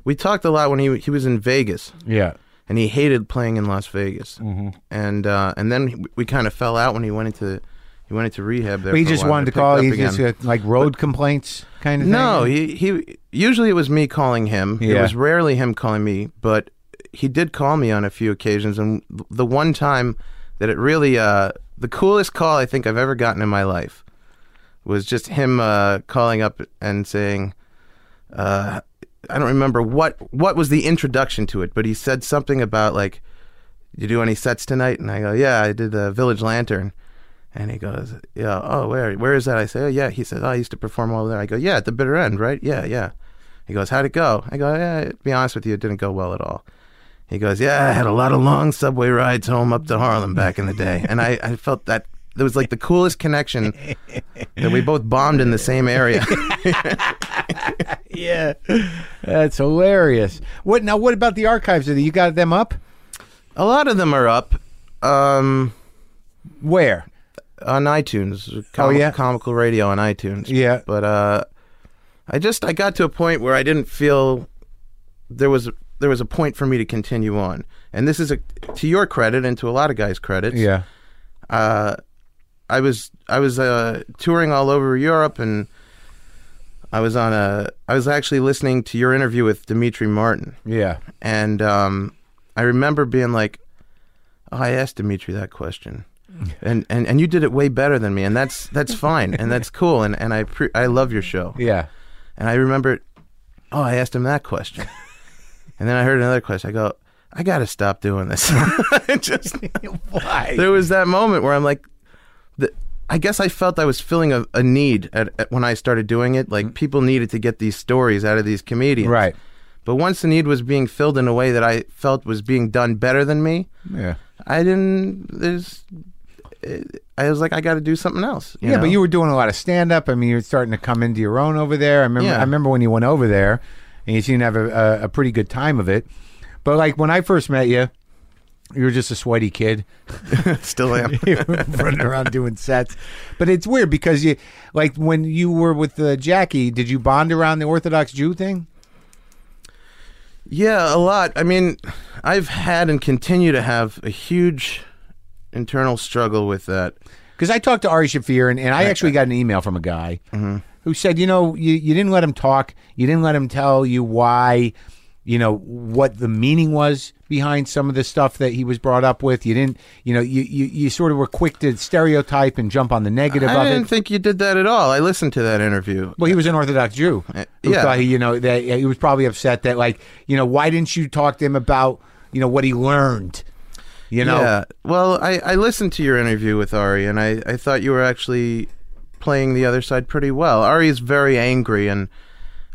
Speaker 2: we talked a lot when he he was in Vegas,
Speaker 1: Yeah.
Speaker 2: and he hated playing in Las Vegas, mm-hmm. and uh, and then we- we kind of fell out when he went into he went into rehab there.
Speaker 1: But he
Speaker 2: for a
Speaker 1: just
Speaker 2: while,
Speaker 1: wanted to
Speaker 2: and it
Speaker 1: call. He
Speaker 2: picked up
Speaker 1: just
Speaker 2: again.
Speaker 1: uh, like road complaints kind of.
Speaker 2: no,
Speaker 1: Thing?
Speaker 2: he he usually it was me calling him.
Speaker 1: Yeah.
Speaker 2: It was rarely him calling me, but he did call me on a few occasions, and the one time that it really uh, the coolest call I think I've ever gotten in my life was just him uh, calling up and saying, uh, I don't remember what what was the introduction to it, but he said something about like, "You do any sets tonight?" And I go, "Yeah, I did the Village Lantern." And he goes, "Yeah, oh, where where is that?" I say, "Oh, yeah." He says, "Oh, I used to perform over there." I go, "Yeah, at the bitter end, right?" "Yeah, yeah." He goes, "How'd it go?" I go, "Yeah, to be honest with you, it didn't go well at all." He goes, "Yeah, I had a lot of long subway rides home up to Harlem back in the day," and I, I felt that. It was like the coolest connection that we both bombed in the same area.
Speaker 1: Yeah. That's hilarious. What now? What about the archives? Are You got them up?
Speaker 2: A lot of them are up um,
Speaker 1: Where?
Speaker 2: on iTunes. Comic-
Speaker 1: Oh, yeah?
Speaker 2: Comical Radio on iTunes.
Speaker 1: Yeah.
Speaker 2: But uh, I just I got to a point where I didn't feel there was there was a point for me to continue on. And this is a to your credit and to a lot of guys' credits.
Speaker 1: Yeah.
Speaker 2: uh, I was I was uh, touring all over Europe, and I was on a I was actually listening to your interview with Dimitri Martin,
Speaker 1: Yeah.
Speaker 2: and um, I remember being like, oh, I asked Dimitri that question.
Speaker 1: [LAUGHS]
Speaker 2: And, and and you did it way better than me, and that's that's fine, and that's cool, and and I pre- I love your show,
Speaker 1: Yeah.
Speaker 2: and I remember, oh, I asked him
Speaker 1: [LAUGHS]
Speaker 2: that question, and then I heard another question. I go, I gotta stop
Speaker 1: [LAUGHS]
Speaker 2: doing this. [LAUGHS] I just
Speaker 1: Why?
Speaker 2: there was that moment where I'm like, the, I guess I felt I was filling a, a need at, at, when I started doing it. Like people needed to get these stories out of these comedians,
Speaker 1: Mm-hmm. Right.
Speaker 2: But once the need was being filled in a way that I felt was being done better than me,
Speaker 1: Yeah.
Speaker 2: I didn't. There's, it, I was like, I got to do something else.
Speaker 1: yeah, but
Speaker 2: know?
Speaker 1: you were doing a lot of stand up. I mean, you were starting to come into your own over there. I remember.
Speaker 2: Yeah.
Speaker 1: I remember when you went over there, and you seemed to have a, a, a pretty good time of it. But like when I first met you, you were just a sweaty kid
Speaker 2: [LAUGHS]
Speaker 1: [LAUGHS]
Speaker 2: still am.
Speaker 1: running around doing sets. But it's weird because you, like when you were with uh, Jackie, did you bond around the Orthodox Jew thing?
Speaker 2: Yeah, a lot. I mean, I've had and continue to have a huge internal struggle with that.
Speaker 1: Because I talked to Ari Shafir, and, and I actually got an email from a guy
Speaker 2: Mm-hmm.
Speaker 1: who said, you know, you, you didn't let him talk. You didn't let him tell you why, you know, what the meaning was behind some of the stuff that he was brought up with. You didn't, you know, you, you, you sort of were quick to stereotype and jump on the negative
Speaker 2: I
Speaker 1: of
Speaker 2: didn't
Speaker 1: it.
Speaker 2: think you did that at all. I listened to that interview.
Speaker 1: Well, he was an Orthodox Jew. Who
Speaker 2: Uh, yeah.
Speaker 1: thought he, you know, that he was probably upset that, like, you know, why didn't you talk to him about, you know, what he learned? You know,
Speaker 2: Yeah. Well, I, I listened to your interview with Ari, and I, I thought you were actually playing the other side pretty well. Ari is very angry, and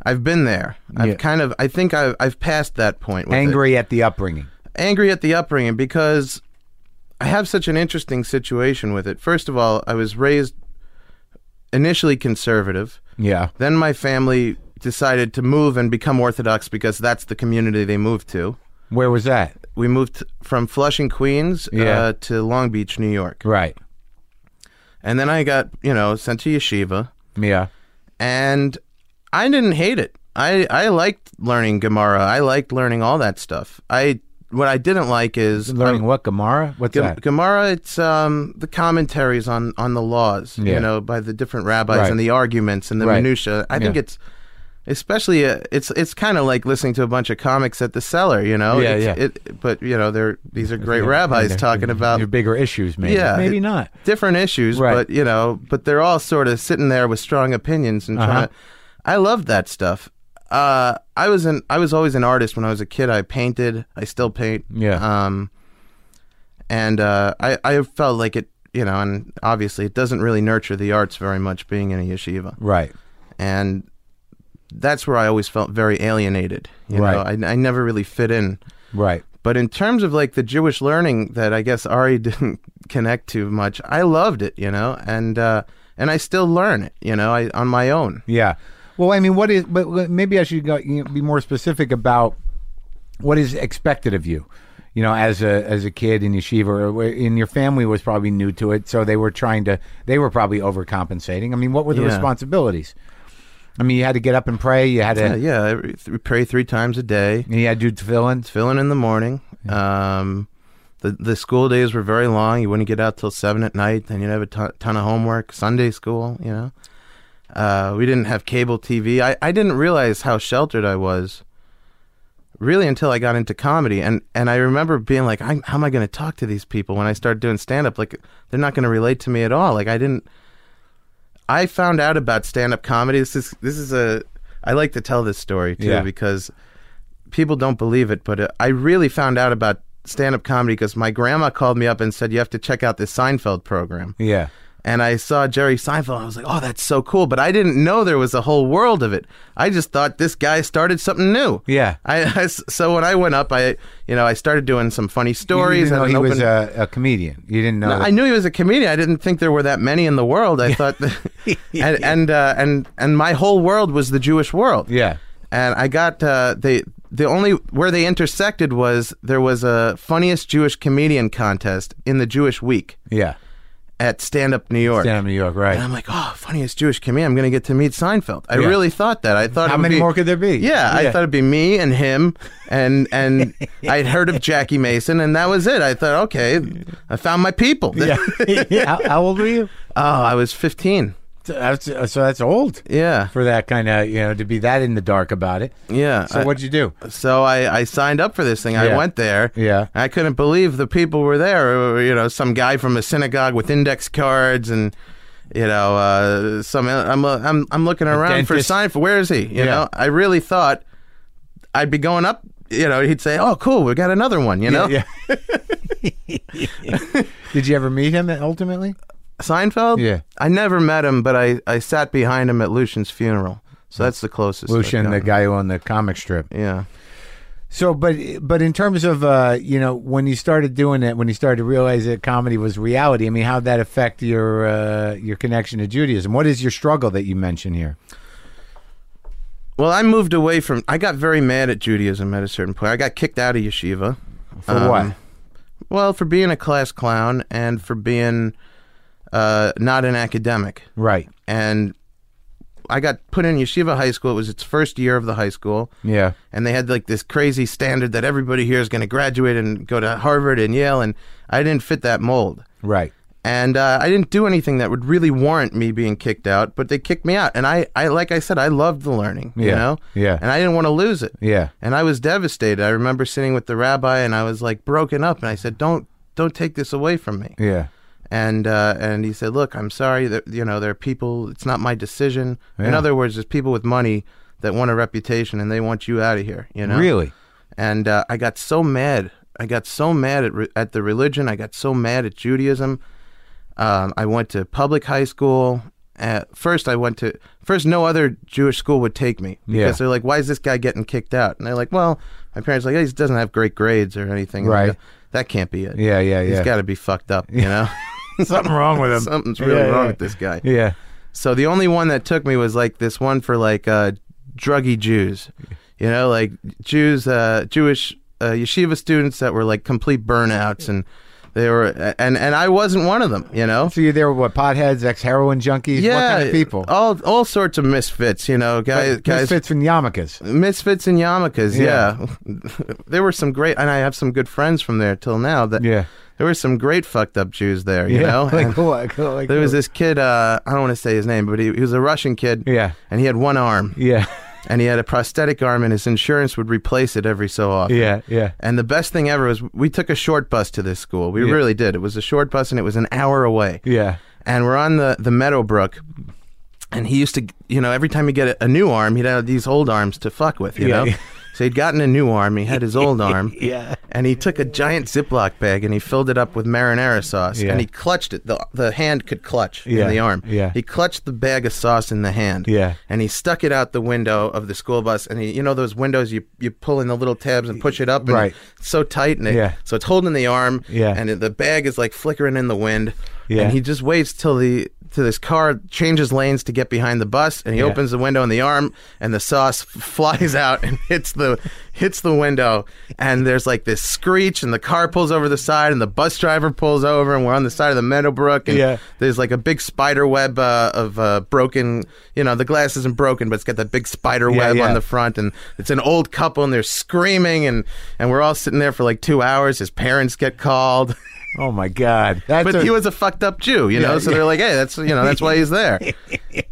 Speaker 2: I've been there. I've
Speaker 1: Yeah.
Speaker 2: kind of, I think I've, I've passed that point. With it.
Speaker 1: angry at the upbringing.
Speaker 2: Angry at the upbringing because I have such an interesting situation with it. First of all, I was raised initially conservative.
Speaker 1: Yeah.
Speaker 2: Then my family decided to move and become Orthodox because that's the community they moved to.
Speaker 1: Where was that?
Speaker 2: We moved from Flushing, Queens,
Speaker 1: Yeah.
Speaker 2: uh, to Long Beach, New York.
Speaker 1: Right.
Speaker 2: And then I got, you know, sent to yeshiva,
Speaker 1: Yeah.
Speaker 2: and I didn't hate it. I, I liked learning Gemara. I liked learning all that stuff. I what I didn't like is
Speaker 1: Learning what Gemara? What's
Speaker 2: Gem-
Speaker 1: that?
Speaker 2: Gemara. It's um, the commentaries on, on the laws,
Speaker 1: Yeah.
Speaker 2: you know, by the different rabbis
Speaker 1: Right.
Speaker 2: and the arguments and the
Speaker 1: Right.
Speaker 2: minutia. I think
Speaker 1: Yeah.
Speaker 2: it's especially uh it's it's kind of like listening to a bunch of comics at the cellar, you know.
Speaker 1: Yeah,
Speaker 2: It's-
Speaker 1: yeah.
Speaker 2: It, but you know, they're these are great
Speaker 1: Yeah,
Speaker 2: rabbis
Speaker 1: they're-
Speaker 2: talking about
Speaker 1: your bigger issues, maybe.
Speaker 2: Yeah,
Speaker 1: maybe
Speaker 2: it-
Speaker 1: not.
Speaker 2: different issues,
Speaker 1: Right.
Speaker 2: but you know, but they're all sort of sitting there with strong opinions and
Speaker 1: Uh-huh.
Speaker 2: trying to. I love that stuff. Uh, I was an I was always an artist when I was a kid. I painted. I still paint.
Speaker 1: Yeah.
Speaker 2: Um, and uh, I I felt like it, you know, and obviously it doesn't really nurture the arts very much being in a yeshiva,
Speaker 1: Right.
Speaker 2: and that's where I always felt very alienated. You
Speaker 1: Right.
Speaker 2: know, I I never really fit in.
Speaker 1: Right.
Speaker 2: But in terms of like the Jewish [LAUGHS] learning that I guess Ari didn't connect to much, I loved it, you know, and uh, and I still learn it. You know, I on my own.
Speaker 1: Yeah. Well, I mean, what is? But but maybe I should go, you know, be more specific about what is expected of you. You know, as a as a kid in yeshiva, or where- in your family was probably new to it, so they were trying to. They were probably overcompensating. I mean, what were the
Speaker 2: Yeah.
Speaker 1: responsibilities? I mean, you had to get up and pray. You had to.
Speaker 2: Yeah, yeah. every- th- pray three times a day.
Speaker 1: You had to do tefillin.
Speaker 2: Filling in the morning. Um, the the school days were very long. You wouldn't get out till seven at night. Then you'd have a ton, ton of homework. Sunday school. You know, uh, we didn't have cable TV. I, I didn't realize how sheltered I was. Really, until I got into comedy, and and I remember being like, I, "How am I going to talk to these people when I start doing stand up? Like, they're not going to relate to me at all. Like, I didn't I found out about stand up comedy. This is this is a I like to tell this story too
Speaker 1: Yeah.
Speaker 2: because people don't believe it, but uh, I really found out about stand up comedy because my grandma called me up and said you have to check out this Seinfeld program.
Speaker 1: Yeah.
Speaker 2: And I saw Jerry Seinfeld. I was like, "Oh, that's so cool!" But I didn't know there was a whole world of it. I just thought this guy started something new.
Speaker 1: Yeah.
Speaker 2: I, I [LAUGHS] s- so when I went up, I you know I started doing some funny
Speaker 1: You
Speaker 2: stories.
Speaker 1: didn't
Speaker 2: and
Speaker 1: know
Speaker 2: an
Speaker 1: he was uh,
Speaker 2: open-
Speaker 1: a, a comedian. You didn't know.
Speaker 2: no,
Speaker 1: that-
Speaker 2: I knew he was a comedian. I didn't think there were that many in the world. I thought, that,
Speaker 1: [LAUGHS]
Speaker 2: [LAUGHS] and and uh, and and my whole world was the Jewish world.
Speaker 1: Yeah.
Speaker 2: And I got uh, they the only where they intersected was there was a funniest Jewish comedian contest in the Jewish Week
Speaker 1: Yeah.
Speaker 2: at Stand Up New York.
Speaker 1: Down in New York, right?
Speaker 2: And I'm like, oh, funniest Jewish comedian. I'm going to get to meet Seinfeld. I
Speaker 1: Yeah.
Speaker 2: really thought that. I thought
Speaker 1: How
Speaker 2: it would
Speaker 1: many
Speaker 2: be-
Speaker 1: more could there be?
Speaker 2: Yeah,
Speaker 1: Yeah.
Speaker 2: I thought it'd be me and him, and
Speaker 1: [LAUGHS]
Speaker 2: and I'd heard of Jackie Mason, and that was it. I thought, okay, I found my people.
Speaker 1: [LAUGHS] yeah. How, how old were you?
Speaker 2: [LAUGHS] Oh, I was 15.
Speaker 1: So that's, so that's old
Speaker 2: Yeah.
Speaker 1: for that kind of you know to be that in the dark about it.
Speaker 2: Yeah.
Speaker 1: So
Speaker 2: I-
Speaker 1: what'd you do?
Speaker 2: so I, I signed up for this thing.
Speaker 1: Yeah.
Speaker 2: I went there.
Speaker 1: Yeah.
Speaker 2: I couldn't believe the people were there. Uh, You know, some guy from a synagogue with index cards and, you know, uh, some. I'm, I'm, I'm looking around for
Speaker 1: dentist.
Speaker 2: Seinfeld. Where is he? You
Speaker 1: Yeah.
Speaker 2: know, I really thought I'd be going up. You know, he'd say, oh, cool, we got another one, you know?
Speaker 1: Yeah. [LAUGHS] Did you ever meet him ultimately?
Speaker 2: Seinfeld?
Speaker 1: Yeah.
Speaker 2: I never met him, but I, I sat behind him at Lucian's funeral. So that's the closest. I've
Speaker 1: Lucian, the
Speaker 2: gotten.
Speaker 1: guy who owned the comic strip.
Speaker 2: Yeah.
Speaker 1: So, but but in terms of uh, you know when you started doing it, when you started to realize that comedy was reality, I mean, how'd that affect your uh, your connection to Judaism? What is your struggle that you mention here?
Speaker 2: Well, I moved away from. I got very mad at Judaism at a certain point. I got kicked out of yeshiva.
Speaker 1: For
Speaker 2: Um,
Speaker 1: what?
Speaker 2: Well, for being a class clown and for being uh, not an academic.
Speaker 1: Right.
Speaker 2: And I got put in yeshiva high school. It was its first year of the high school.
Speaker 1: Yeah.
Speaker 2: And they had like this crazy standard that everybody here is going to graduate and go to Harvard and Yale. And I didn't fit that mold.
Speaker 1: Right.
Speaker 2: And uh, I didn't do anything that would really warrant me being kicked out, but they kicked me out. And I, I like I said, I loved the learning, you
Speaker 1: Yeah.
Speaker 2: know?
Speaker 1: Yeah.
Speaker 2: And I didn't want to lose it.
Speaker 1: Yeah.
Speaker 2: And I was devastated. I remember sitting with the rabbi and I was like broken up and I said, "Don't don't take this away from me."
Speaker 1: Yeah.
Speaker 2: And uh, and he said, "Look, I'm sorry that you know, there are people, it's not my decision." In
Speaker 1: Yeah.
Speaker 2: other words, there's people with money that want a reputation and they want you out of here, you know?
Speaker 1: Really.
Speaker 2: And uh, I got so mad. I got so mad at re- at the religion. I got so mad at Judaism. Um, I went to public high school. At first, I went to first. No other Jewish school would take me because
Speaker 1: Yeah.
Speaker 2: they're like, "Why is this guy getting kicked out?" And they're like, "Well, my parents are like, "Yeah, he doesn't have great grades or anything." And I
Speaker 1: Right.
Speaker 2: go, That can't be it.
Speaker 1: Yeah. Yeah. Yeah.
Speaker 2: He's got to be fucked up. You know,
Speaker 1: something wrong with him.
Speaker 2: [LAUGHS] something's really
Speaker 1: Yeah,
Speaker 2: wrong
Speaker 1: yeah.
Speaker 2: with this guy.
Speaker 1: Yeah.
Speaker 2: So the only one that took me was like this one for like uh, druggy Jews, you know, like Jews, uh, Jewish uh, yeshiva students that were like complete burnouts, and they were, and and I wasn't one of them, you know.
Speaker 1: So you're there with what potheads, ex heroin junkies, what kind of people?
Speaker 2: all all sorts of misfits, you know, guys, Oh, guys,
Speaker 1: Misfits and yarmulkes.
Speaker 2: misfits and yarmulkes.
Speaker 1: Yeah.
Speaker 2: Yeah, [LAUGHS] there were some great, and I have some good friends from there till now. That
Speaker 1: Yeah.
Speaker 2: there were some great fucked up Jews there, you know.
Speaker 1: [LAUGHS] like,
Speaker 2: And-
Speaker 1: what, like
Speaker 2: there was
Speaker 1: what?
Speaker 2: this kid. Uh, I don't want to say his name, but he, he was a Russian kid.
Speaker 1: Yeah.
Speaker 2: and he had one arm,
Speaker 1: Yeah,
Speaker 2: and he had a prosthetic arm, and his insurance would replace it every so often.
Speaker 1: yeah, yeah.
Speaker 2: And the best thing ever was we took a short bus to this school. We
Speaker 1: Yeah.
Speaker 2: really did. It was a short bus, and it was an hour away.
Speaker 1: Yeah.
Speaker 2: And we're on the the Meadowbrook, and he used to, you know, every time he get a, a new arm, he'd have these old arms to fuck with,
Speaker 1: [LAUGHS]
Speaker 2: you
Speaker 1: Yeah.
Speaker 2: know. So he'd gotten a new arm. He had his old arm.
Speaker 1: Yeah.
Speaker 2: And he took a giant Ziploc bag and he filled it up with marinara sauce.
Speaker 1: Yeah.
Speaker 2: And he clutched it. The, the hand could clutch
Speaker 1: Yeah.
Speaker 2: in the arm.
Speaker 1: Yeah.
Speaker 2: He clutched the bag of sauce in the hand.
Speaker 1: Yeah.
Speaker 2: And he stuck it out the window of the school bus. And he, you know those windows you, you pull in the little tabs and push it up. And
Speaker 1: Right.
Speaker 2: It's so tight. And it,
Speaker 1: Yeah.
Speaker 2: So it's holding the arm.
Speaker 1: Yeah.
Speaker 2: And the bag is like flickering in the wind.
Speaker 1: Yeah.
Speaker 2: And he just waits till the till this car changes lanes to get behind the bus, and he
Speaker 1: Yeah.
Speaker 2: opens the window on the arm, and the sauce [LAUGHS] f- flies out and hits the hits the window, and there's like this screech, and the car pulls over the side, and the bus driver pulls over, and we're on the side of the Meadowbrook, and
Speaker 1: Yeah.
Speaker 2: there's like a big spider web uh, of uh, broken, you know, the glass isn't broken, but it's got that big spider
Speaker 1: Yeah,
Speaker 2: web
Speaker 1: yeah.
Speaker 2: on the front, and it's an old couple, and they're screaming, and and we're all sitting there for like two hours. His parents get called.
Speaker 1: Oh my God. That's
Speaker 2: But he
Speaker 1: [LAUGHS]
Speaker 2: was a fucked up Jew, you know.
Speaker 1: Yeah,
Speaker 2: so they're like, "Hey, that's you know, that's why
Speaker 1: [LAUGHS]
Speaker 2: he's there."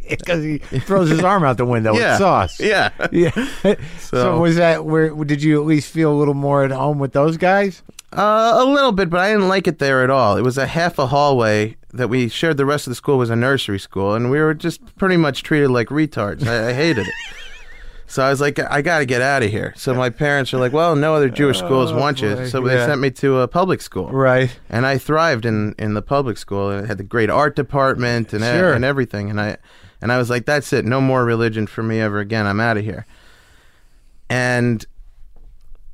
Speaker 1: because he throws his arm out the window
Speaker 2: [LAUGHS] yeah,
Speaker 1: with sauce.
Speaker 2: Yeah,
Speaker 1: Yeah. [LAUGHS] So,
Speaker 2: So-
Speaker 1: was that where did you at least feel a little more at home with those guys?
Speaker 2: uh, a little bit, but I didn't like it there at all. It was a half a hallway that we shared. The rest of the school was a nursery school, and we were just pretty much treated like retards. I, I hated it. So I was like, I got to get out of here. So my parents were like, Well, no other Jewish schools want
Speaker 1: Oh, boy.
Speaker 2: you, so they
Speaker 1: Yeah.
Speaker 2: sent me to a public school.
Speaker 1: Right.
Speaker 2: and I thrived in in the public school. and It had the great art department and e-
Speaker 1: Sure.
Speaker 2: and everything. And I and I was like, that's it. No more religion for me ever again. I'm out of here. And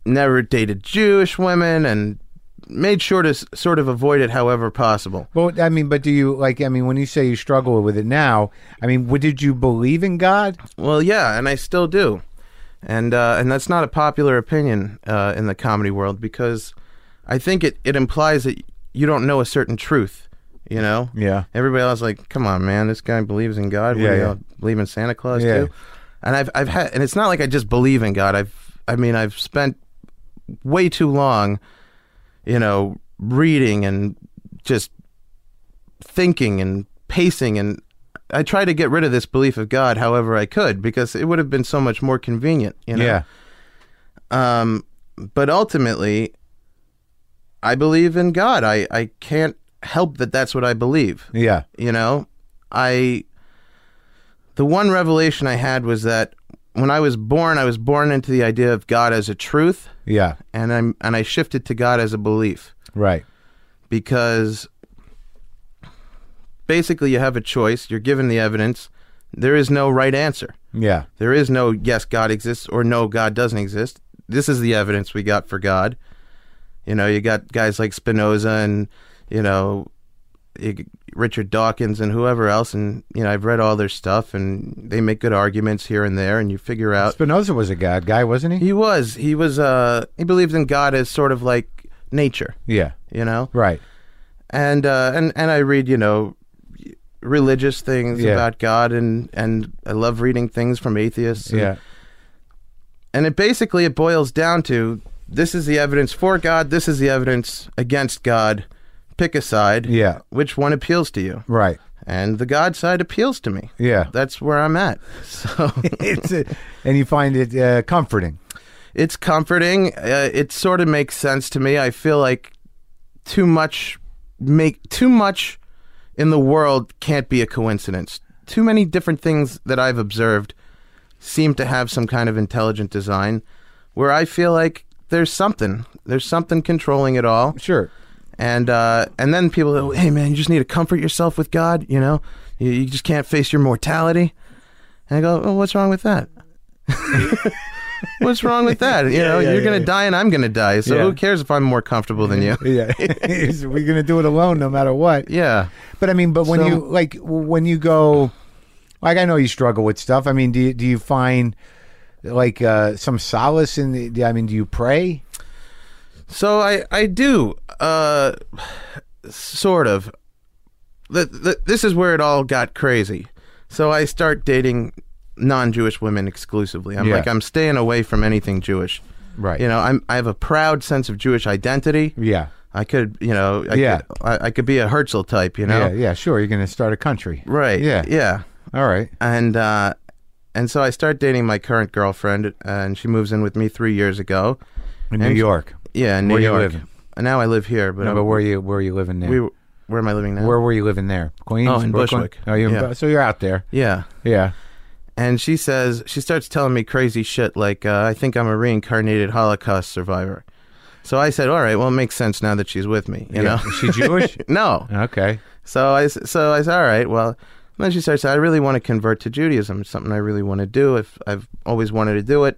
Speaker 2: never dated Jewish women and made sure to s- sort of avoid it however possible.
Speaker 1: Well, I mean, but do you like? I mean, when you say you struggle with it now, I mean, what, did you believe in God?
Speaker 2: Well, yeah, and I still do, and uh, and that's not a popular opinion uh, in the comedy world because I think it it implies that you don't know a certain truth, you know.
Speaker 1: Yeah.
Speaker 2: Everybody else is like, come on, man, this guy believes in God.
Speaker 1: Yeah,
Speaker 2: Yeah,
Speaker 1: yeah.
Speaker 2: believe in Santa Claus
Speaker 1: Yeah.
Speaker 2: too. And I've I've had, and it's not like I just believe in God. I've I mean I've spent way too long, you know, reading and just thinking and pacing and I tried to get rid of this belief of God however I could because it would have been so much more convenient, you know. Um but ultimately I believe in God. I I can't help that that's what I believe.
Speaker 1: yeah,
Speaker 2: You know, I the one revelation I had was that when I was born, I was born into the idea of God as a truth
Speaker 1: yeah.
Speaker 2: and I'm and I shifted to God as a belief
Speaker 1: Right.
Speaker 2: because basically you have a choice. You're given the evidence. There is no right answer.
Speaker 1: Yeah.
Speaker 2: There is no yes, God exists or no, God doesn't exist. This is the evidence we got for God. You know, you got guys like Spinoza and, you know, you- Richard Dawkins and whoever else. And, you know, I've read all their stuff and they make good arguments here and there. And you figure out
Speaker 1: Spinoza was a God guy, wasn't he?
Speaker 2: he was, he was, uh, he believed in God as sort of like nature,
Speaker 1: Yeah.
Speaker 2: you know?
Speaker 1: Right.
Speaker 2: and uh, and and I read you know religious things
Speaker 1: Yeah.
Speaker 2: about God and and I love reading things from atheists. and-
Speaker 1: Yeah.
Speaker 2: and it basically it boils down to this is the evidence for God, this is the evidence against God. Pick a side.
Speaker 1: Yeah.
Speaker 2: which one appeals to you?
Speaker 1: Right.
Speaker 2: And the God side appeals to me.
Speaker 1: Yeah.
Speaker 2: That's where I'm at. [LAUGHS] So
Speaker 1: [LAUGHS] it's a, and you find it uh, comforting.
Speaker 2: it's comforting. Uh, it sort of makes sense to me. I feel like too much make too much in the world can't be a coincidence. Too many different things that I've observed seem to have some kind of intelligent design where I feel like there's something. There's something controlling it all.
Speaker 1: Sure.
Speaker 2: And uh, and then people go, hey man, you just need to comfort yourself with God, you know? You, you just can't face your mortality. And I go, oh, what's wrong with that? [LAUGHS] what's wrong with that? You know,
Speaker 1: yeah,
Speaker 2: you're
Speaker 1: yeah,
Speaker 2: going to
Speaker 1: yeah.
Speaker 2: die and I'm going to die. So
Speaker 1: Yeah.
Speaker 2: who cares if I'm more comfortable than you? [LAUGHS]
Speaker 1: Yeah. We're gonna do it alone, no matter what.
Speaker 2: Yeah.
Speaker 1: But I mean, but when
Speaker 2: So-
Speaker 1: you like w- when you go, like I know you struggle with stuff. I mean, do you, do you find like uh, some solace in the? I mean, do you pray?
Speaker 2: So I I do uh sort of the, the, this is where it all got crazy. So I start dating non-Jewish women exclusively. I'm
Speaker 1: Yeah.
Speaker 2: like I'm staying away from anything Jewish.
Speaker 1: Right.
Speaker 2: You know, I'm I have a proud sense of Jewish identity.
Speaker 1: Yeah.
Speaker 2: I could, you know, I
Speaker 1: Yeah.
Speaker 2: could, I, I could be a Herzl type, you know.
Speaker 1: Yeah. Yeah. Sure. You're gonna start a country.
Speaker 2: Right.
Speaker 1: Yeah.
Speaker 2: Yeah.
Speaker 1: All right.
Speaker 2: And uh and so I start dating my current girlfriend and she moves in with me 3 years ago.
Speaker 1: In New
Speaker 2: And-
Speaker 1: York.
Speaker 2: Yeah, in New
Speaker 1: Where you
Speaker 2: York.
Speaker 1: living?
Speaker 2: And now I live here, but,
Speaker 1: No,
Speaker 2: I'm-
Speaker 1: but where you where you living now?
Speaker 2: we were- where am I living now?
Speaker 1: where were you living there? Queens.
Speaker 2: Oh, in
Speaker 1: Brooklyn?
Speaker 2: Bushwick.
Speaker 1: Oh, you're in
Speaker 2: Yeah.
Speaker 1: Bu- so you're out there.
Speaker 2: yeah.
Speaker 1: Yeah.
Speaker 2: and she says she starts telling me crazy shit like uh, I think I'm a reincarnated Holocaust survivor. So I said, all right, well, it makes sense now that she's with me, you know.
Speaker 1: Is she
Speaker 2: [LAUGHS]
Speaker 1: Jewish? [LAUGHS]
Speaker 2: no,
Speaker 1: okay.
Speaker 2: so I s- so I said, all right, well. and then she starts. I really want to convert to Judaism. It's something I really want to do. If I've always wanted to do it.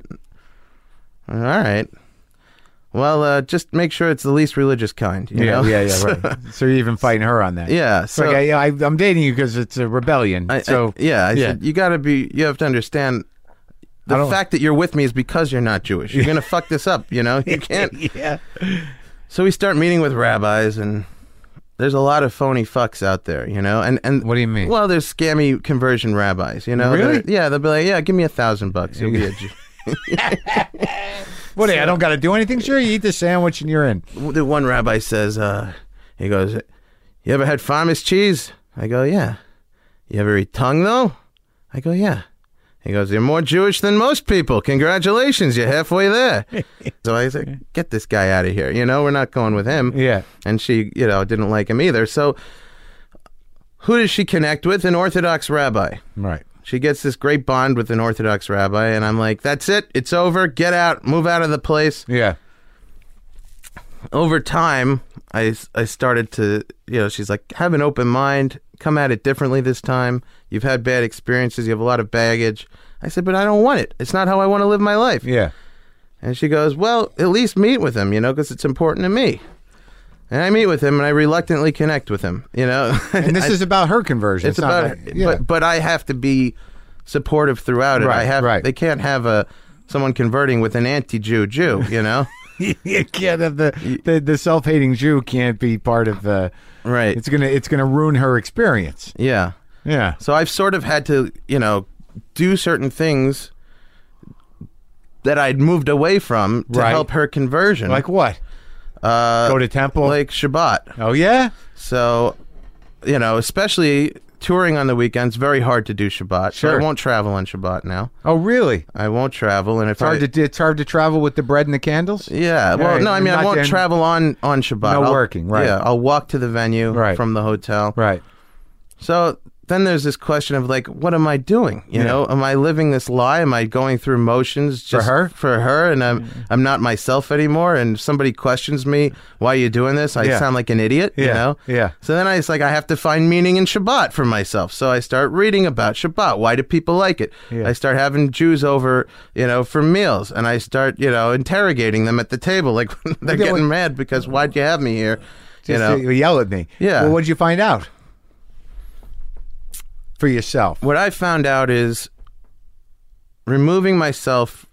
Speaker 2: All right. Well, uh, just make sure it's the least religious kind. You
Speaker 1: Yeah,
Speaker 2: know?
Speaker 1: yeah,
Speaker 2: [LAUGHS]
Speaker 1: yeah. Right. so you're even fighting her on that.
Speaker 2: yeah.
Speaker 1: So,
Speaker 2: So
Speaker 1: like, I, I, I'm dating you because it's a rebellion.
Speaker 2: I- I-
Speaker 1: so
Speaker 2: yeah, I
Speaker 1: yeah.
Speaker 2: Said, you got to be. You have to understand.
Speaker 1: I
Speaker 2: The
Speaker 1: don't-
Speaker 2: fact that you're with me is because you're not Jewish. You're gonna fuck this up. You know
Speaker 1: [LAUGHS]
Speaker 2: you can't.
Speaker 1: yeah.
Speaker 2: So we start meeting with rabbis, and there's a lot of phony fucks out there. You know, and and
Speaker 1: What do you mean?
Speaker 2: Well, there's scammy conversion rabbis. You know,
Speaker 1: Really?
Speaker 2: They're- yeah, they'll be like, yeah, give me a thousand bucks, you'll be
Speaker 1: [LAUGHS]
Speaker 2: a Jew.
Speaker 1: What? I don't got to do anything. Sure, you eat the sandwich and you're in.
Speaker 2: the one rabbi says, uh, he goes, You ever had farmer's cheese? I go, Yeah. You ever eat tongue, though? I go, Yeah. He goes, You're more Jewish than most people. Congratulations, you're halfway there. so I said, Get this guy out of here. You know, we're not going with him.
Speaker 1: Yeah.
Speaker 2: And she, you know, didn't like him either. So who does she connect with? An Orthodox rabbi.
Speaker 1: Right.
Speaker 2: She gets this great bond with an Orthodox rabbi, and I'm like, That's it. It's over. Get out. Move out of the place
Speaker 1: Yeah.
Speaker 2: over time, I, I started to, you know, she's like, have an open mind, come at it differently this time. You've had bad experiences, you have a lot of baggage. I said, but I don't want it. It's not how I want to live my life.
Speaker 1: Yeah.
Speaker 2: And she goes, well, at least meet with him, you know, because it's important to me. And I meet with him and I reluctantly connect with him, you know. [LAUGHS]
Speaker 1: And this
Speaker 2: I-
Speaker 1: is about her conversion.
Speaker 2: it's
Speaker 1: not
Speaker 2: about,
Speaker 1: my- yeah.
Speaker 2: but, but I have to be supportive throughout it.
Speaker 1: Right,
Speaker 2: I have,
Speaker 1: right.
Speaker 2: they can't have a, someone converting with an anti-Jew Jew, [LAUGHS]
Speaker 1: [LAUGHS]
Speaker 2: you know?
Speaker 1: you can't have the the, the self hating Jew can't be part of the.
Speaker 2: right.
Speaker 1: It's gonna it's gonna ruin her experience.
Speaker 2: yeah.
Speaker 1: Yeah.
Speaker 2: So I've sort of had to, you know, do certain things that I'd moved away from to
Speaker 1: Right.
Speaker 2: help her conversion.
Speaker 1: Like what?
Speaker 2: uh,
Speaker 1: Go to temple.
Speaker 2: like Shabbat.
Speaker 1: oh yeah.
Speaker 2: So, you know, especially touring on the weekends, very hard to do Shabbat.
Speaker 1: Sure.
Speaker 2: So I won't travel on Shabbat now.
Speaker 1: Oh really?
Speaker 2: I won't travel, and if
Speaker 1: It's hard
Speaker 2: I,
Speaker 1: to it's hard to travel with the bread and the candles.
Speaker 2: yeah, well,
Speaker 1: right,
Speaker 2: no, I
Speaker 1: you're
Speaker 2: mean I
Speaker 1: not
Speaker 2: won't
Speaker 1: there-
Speaker 2: travel on on Shabbat.
Speaker 1: No
Speaker 2: I'll-
Speaker 1: working, right.
Speaker 2: Yeah, I'll walk to the venue
Speaker 1: Right.
Speaker 2: from the hotel.
Speaker 1: Right.
Speaker 2: So then there's this question of like, what am I doing? You
Speaker 1: Yeah.
Speaker 2: know, am I living this lie? Am I going through motions just
Speaker 1: her? Mm.
Speaker 2: For her, and I'm I'm not myself anymore. And if somebody questions me, why are you doing this? I
Speaker 1: Yeah.
Speaker 2: sound like an idiot. You
Speaker 1: Yeah.
Speaker 2: know.
Speaker 1: Yeah.
Speaker 2: So then I it's like I have to find meaning in Shabbat for myself. So I start reading about Shabbat. Why do people like it?
Speaker 1: Yeah.
Speaker 2: I start having Jews over, you know, for meals, and I start you know interrogating them at the table, like [LAUGHS] they're
Speaker 1: Yeah,
Speaker 2: getting
Speaker 1: well-
Speaker 2: mad because why'd you have me here? you
Speaker 1: Just
Speaker 2: know,
Speaker 1: to yell at me.
Speaker 2: Yeah.
Speaker 1: Well, what'd you find out? For yourself.
Speaker 2: what I found out is removing myself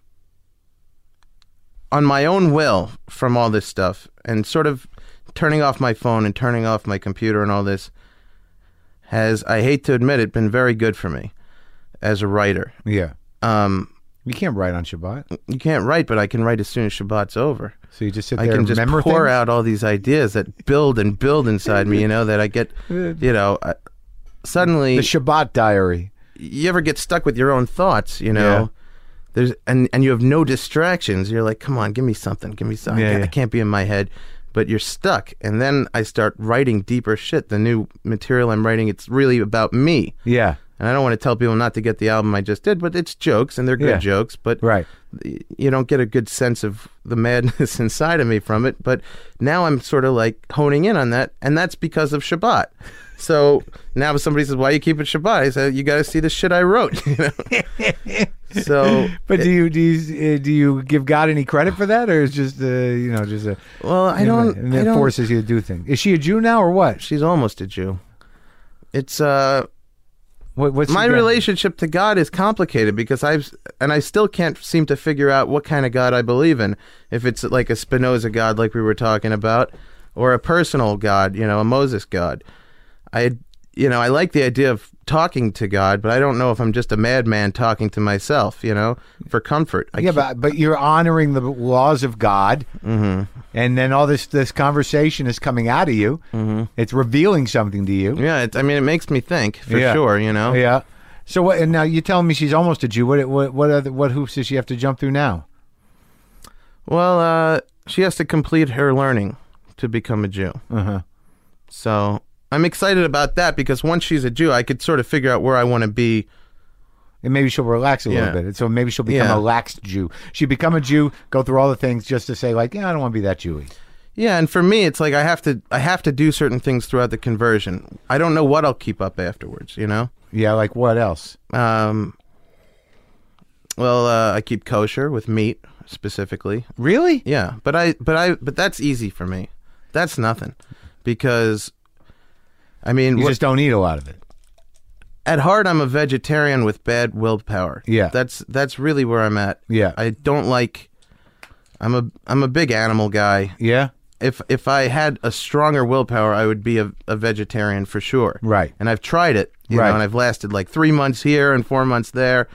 Speaker 2: on my own will from all this stuff and sort of turning off my phone and turning off my computer and all this has, I hate to admit it, been very good for me as a writer.
Speaker 1: Yeah.
Speaker 2: Um,
Speaker 1: You can't write on Shabbat,
Speaker 2: you can't write, but I can write as soon as Shabbat's over.
Speaker 1: so you just sit
Speaker 2: I
Speaker 1: there
Speaker 2: can
Speaker 1: and
Speaker 2: just
Speaker 1: remember
Speaker 2: pour
Speaker 1: things?
Speaker 2: out all these ideas that build and build inside me, you know, that I
Speaker 1: [LAUGHS]
Speaker 2: get, you know, I, suddenly.
Speaker 1: the Shabbat diary.
Speaker 2: you ever get stuck with your own thoughts, you know? There's and and you have no distractions. You're like, come on, give me something, give me something.
Speaker 1: Yeah,
Speaker 2: I, can't,
Speaker 1: yeah.
Speaker 2: I can't be in my head, but you're stuck. And then I start writing deeper shit. The new material I'm writing, it's really about me.
Speaker 1: Yeah.
Speaker 2: And I don't want to tell people not to get the album I just did, but it's jokes and they're good
Speaker 1: Yeah.
Speaker 2: jokes. But
Speaker 1: Right.
Speaker 2: y- you don't get a good sense of the madness [LAUGHS] inside of me from it. But now I'm sort of like honing in on that, and that's because of Shabbat. So now if somebody says, "Why you keep it Shabbat?" I say, "You got to see the shit I wrote." [LAUGHS] You know. so,
Speaker 1: But do you do you, uh, do you give God any credit for that, or is just uh, you know just a
Speaker 2: well, I
Speaker 1: and
Speaker 2: don't. I
Speaker 1: it
Speaker 2: don't
Speaker 1: forces you to do things. Is she a Jew now or what?
Speaker 2: she's almost a Jew. It's uh,
Speaker 1: what what's she
Speaker 2: my
Speaker 1: got?
Speaker 2: relationship to God is complicated because I've and I still can't seem to figure out what kind of God I believe in. If it's like a Spinoza God, like we were talking about, or a personal God, you know, a Moses God. I, you know, I like the idea of talking to God, but I don't know if I'm just a madman talking to myself, you know, for comfort. I
Speaker 1: Yeah,
Speaker 2: can't-
Speaker 1: but but you're honoring the laws of God,
Speaker 2: Mm-hmm.
Speaker 1: and then all this this conversation is coming out of you. Mm-hmm. It's revealing something to you.
Speaker 2: yeah. It's, I mean, it makes me think for
Speaker 1: Yeah.
Speaker 2: sure, you know.
Speaker 1: Yeah. So what? And now you're telling me she's almost a Jew. What what what other, what hoops does she have to jump through now?
Speaker 2: Well, uh, she has to complete her learning to become a Jew.
Speaker 1: Uh-huh.
Speaker 2: So I'm excited about that because once she's a Jew, I could sort of figure out where I want to be
Speaker 1: and maybe she'll relax a
Speaker 2: Yeah.
Speaker 1: little bit. So maybe she'll become
Speaker 2: Yeah.
Speaker 1: a laxed Jew. She become a Jew, go through all the things just to say like, yeah, I don't want to be that Jewy.
Speaker 2: Yeah, and for me, it's like I have to I have to do certain things throughout the conversion. I don't know what I'll keep up afterwards. You know,
Speaker 1: Yeah, like what else?
Speaker 2: um, well, uh, I keep kosher with meat specifically.
Speaker 1: Really?
Speaker 2: Yeah, but I but I but that's easy for me. That's nothing because I mean,
Speaker 1: You
Speaker 2: what-
Speaker 1: just don't eat a lot of it.
Speaker 2: at heart, I'm a vegetarian with bad willpower.
Speaker 1: Yeah.
Speaker 2: that's that's really where I'm at.
Speaker 1: Yeah.
Speaker 2: I don't like. I'm a I'm a big animal guy.
Speaker 1: Yeah.
Speaker 2: if if I had a stronger willpower, I would be a, a vegetarian for sure.
Speaker 1: Right.
Speaker 2: And I've tried it, you
Speaker 1: Right.
Speaker 2: know, and I've lasted like three months here and four months there,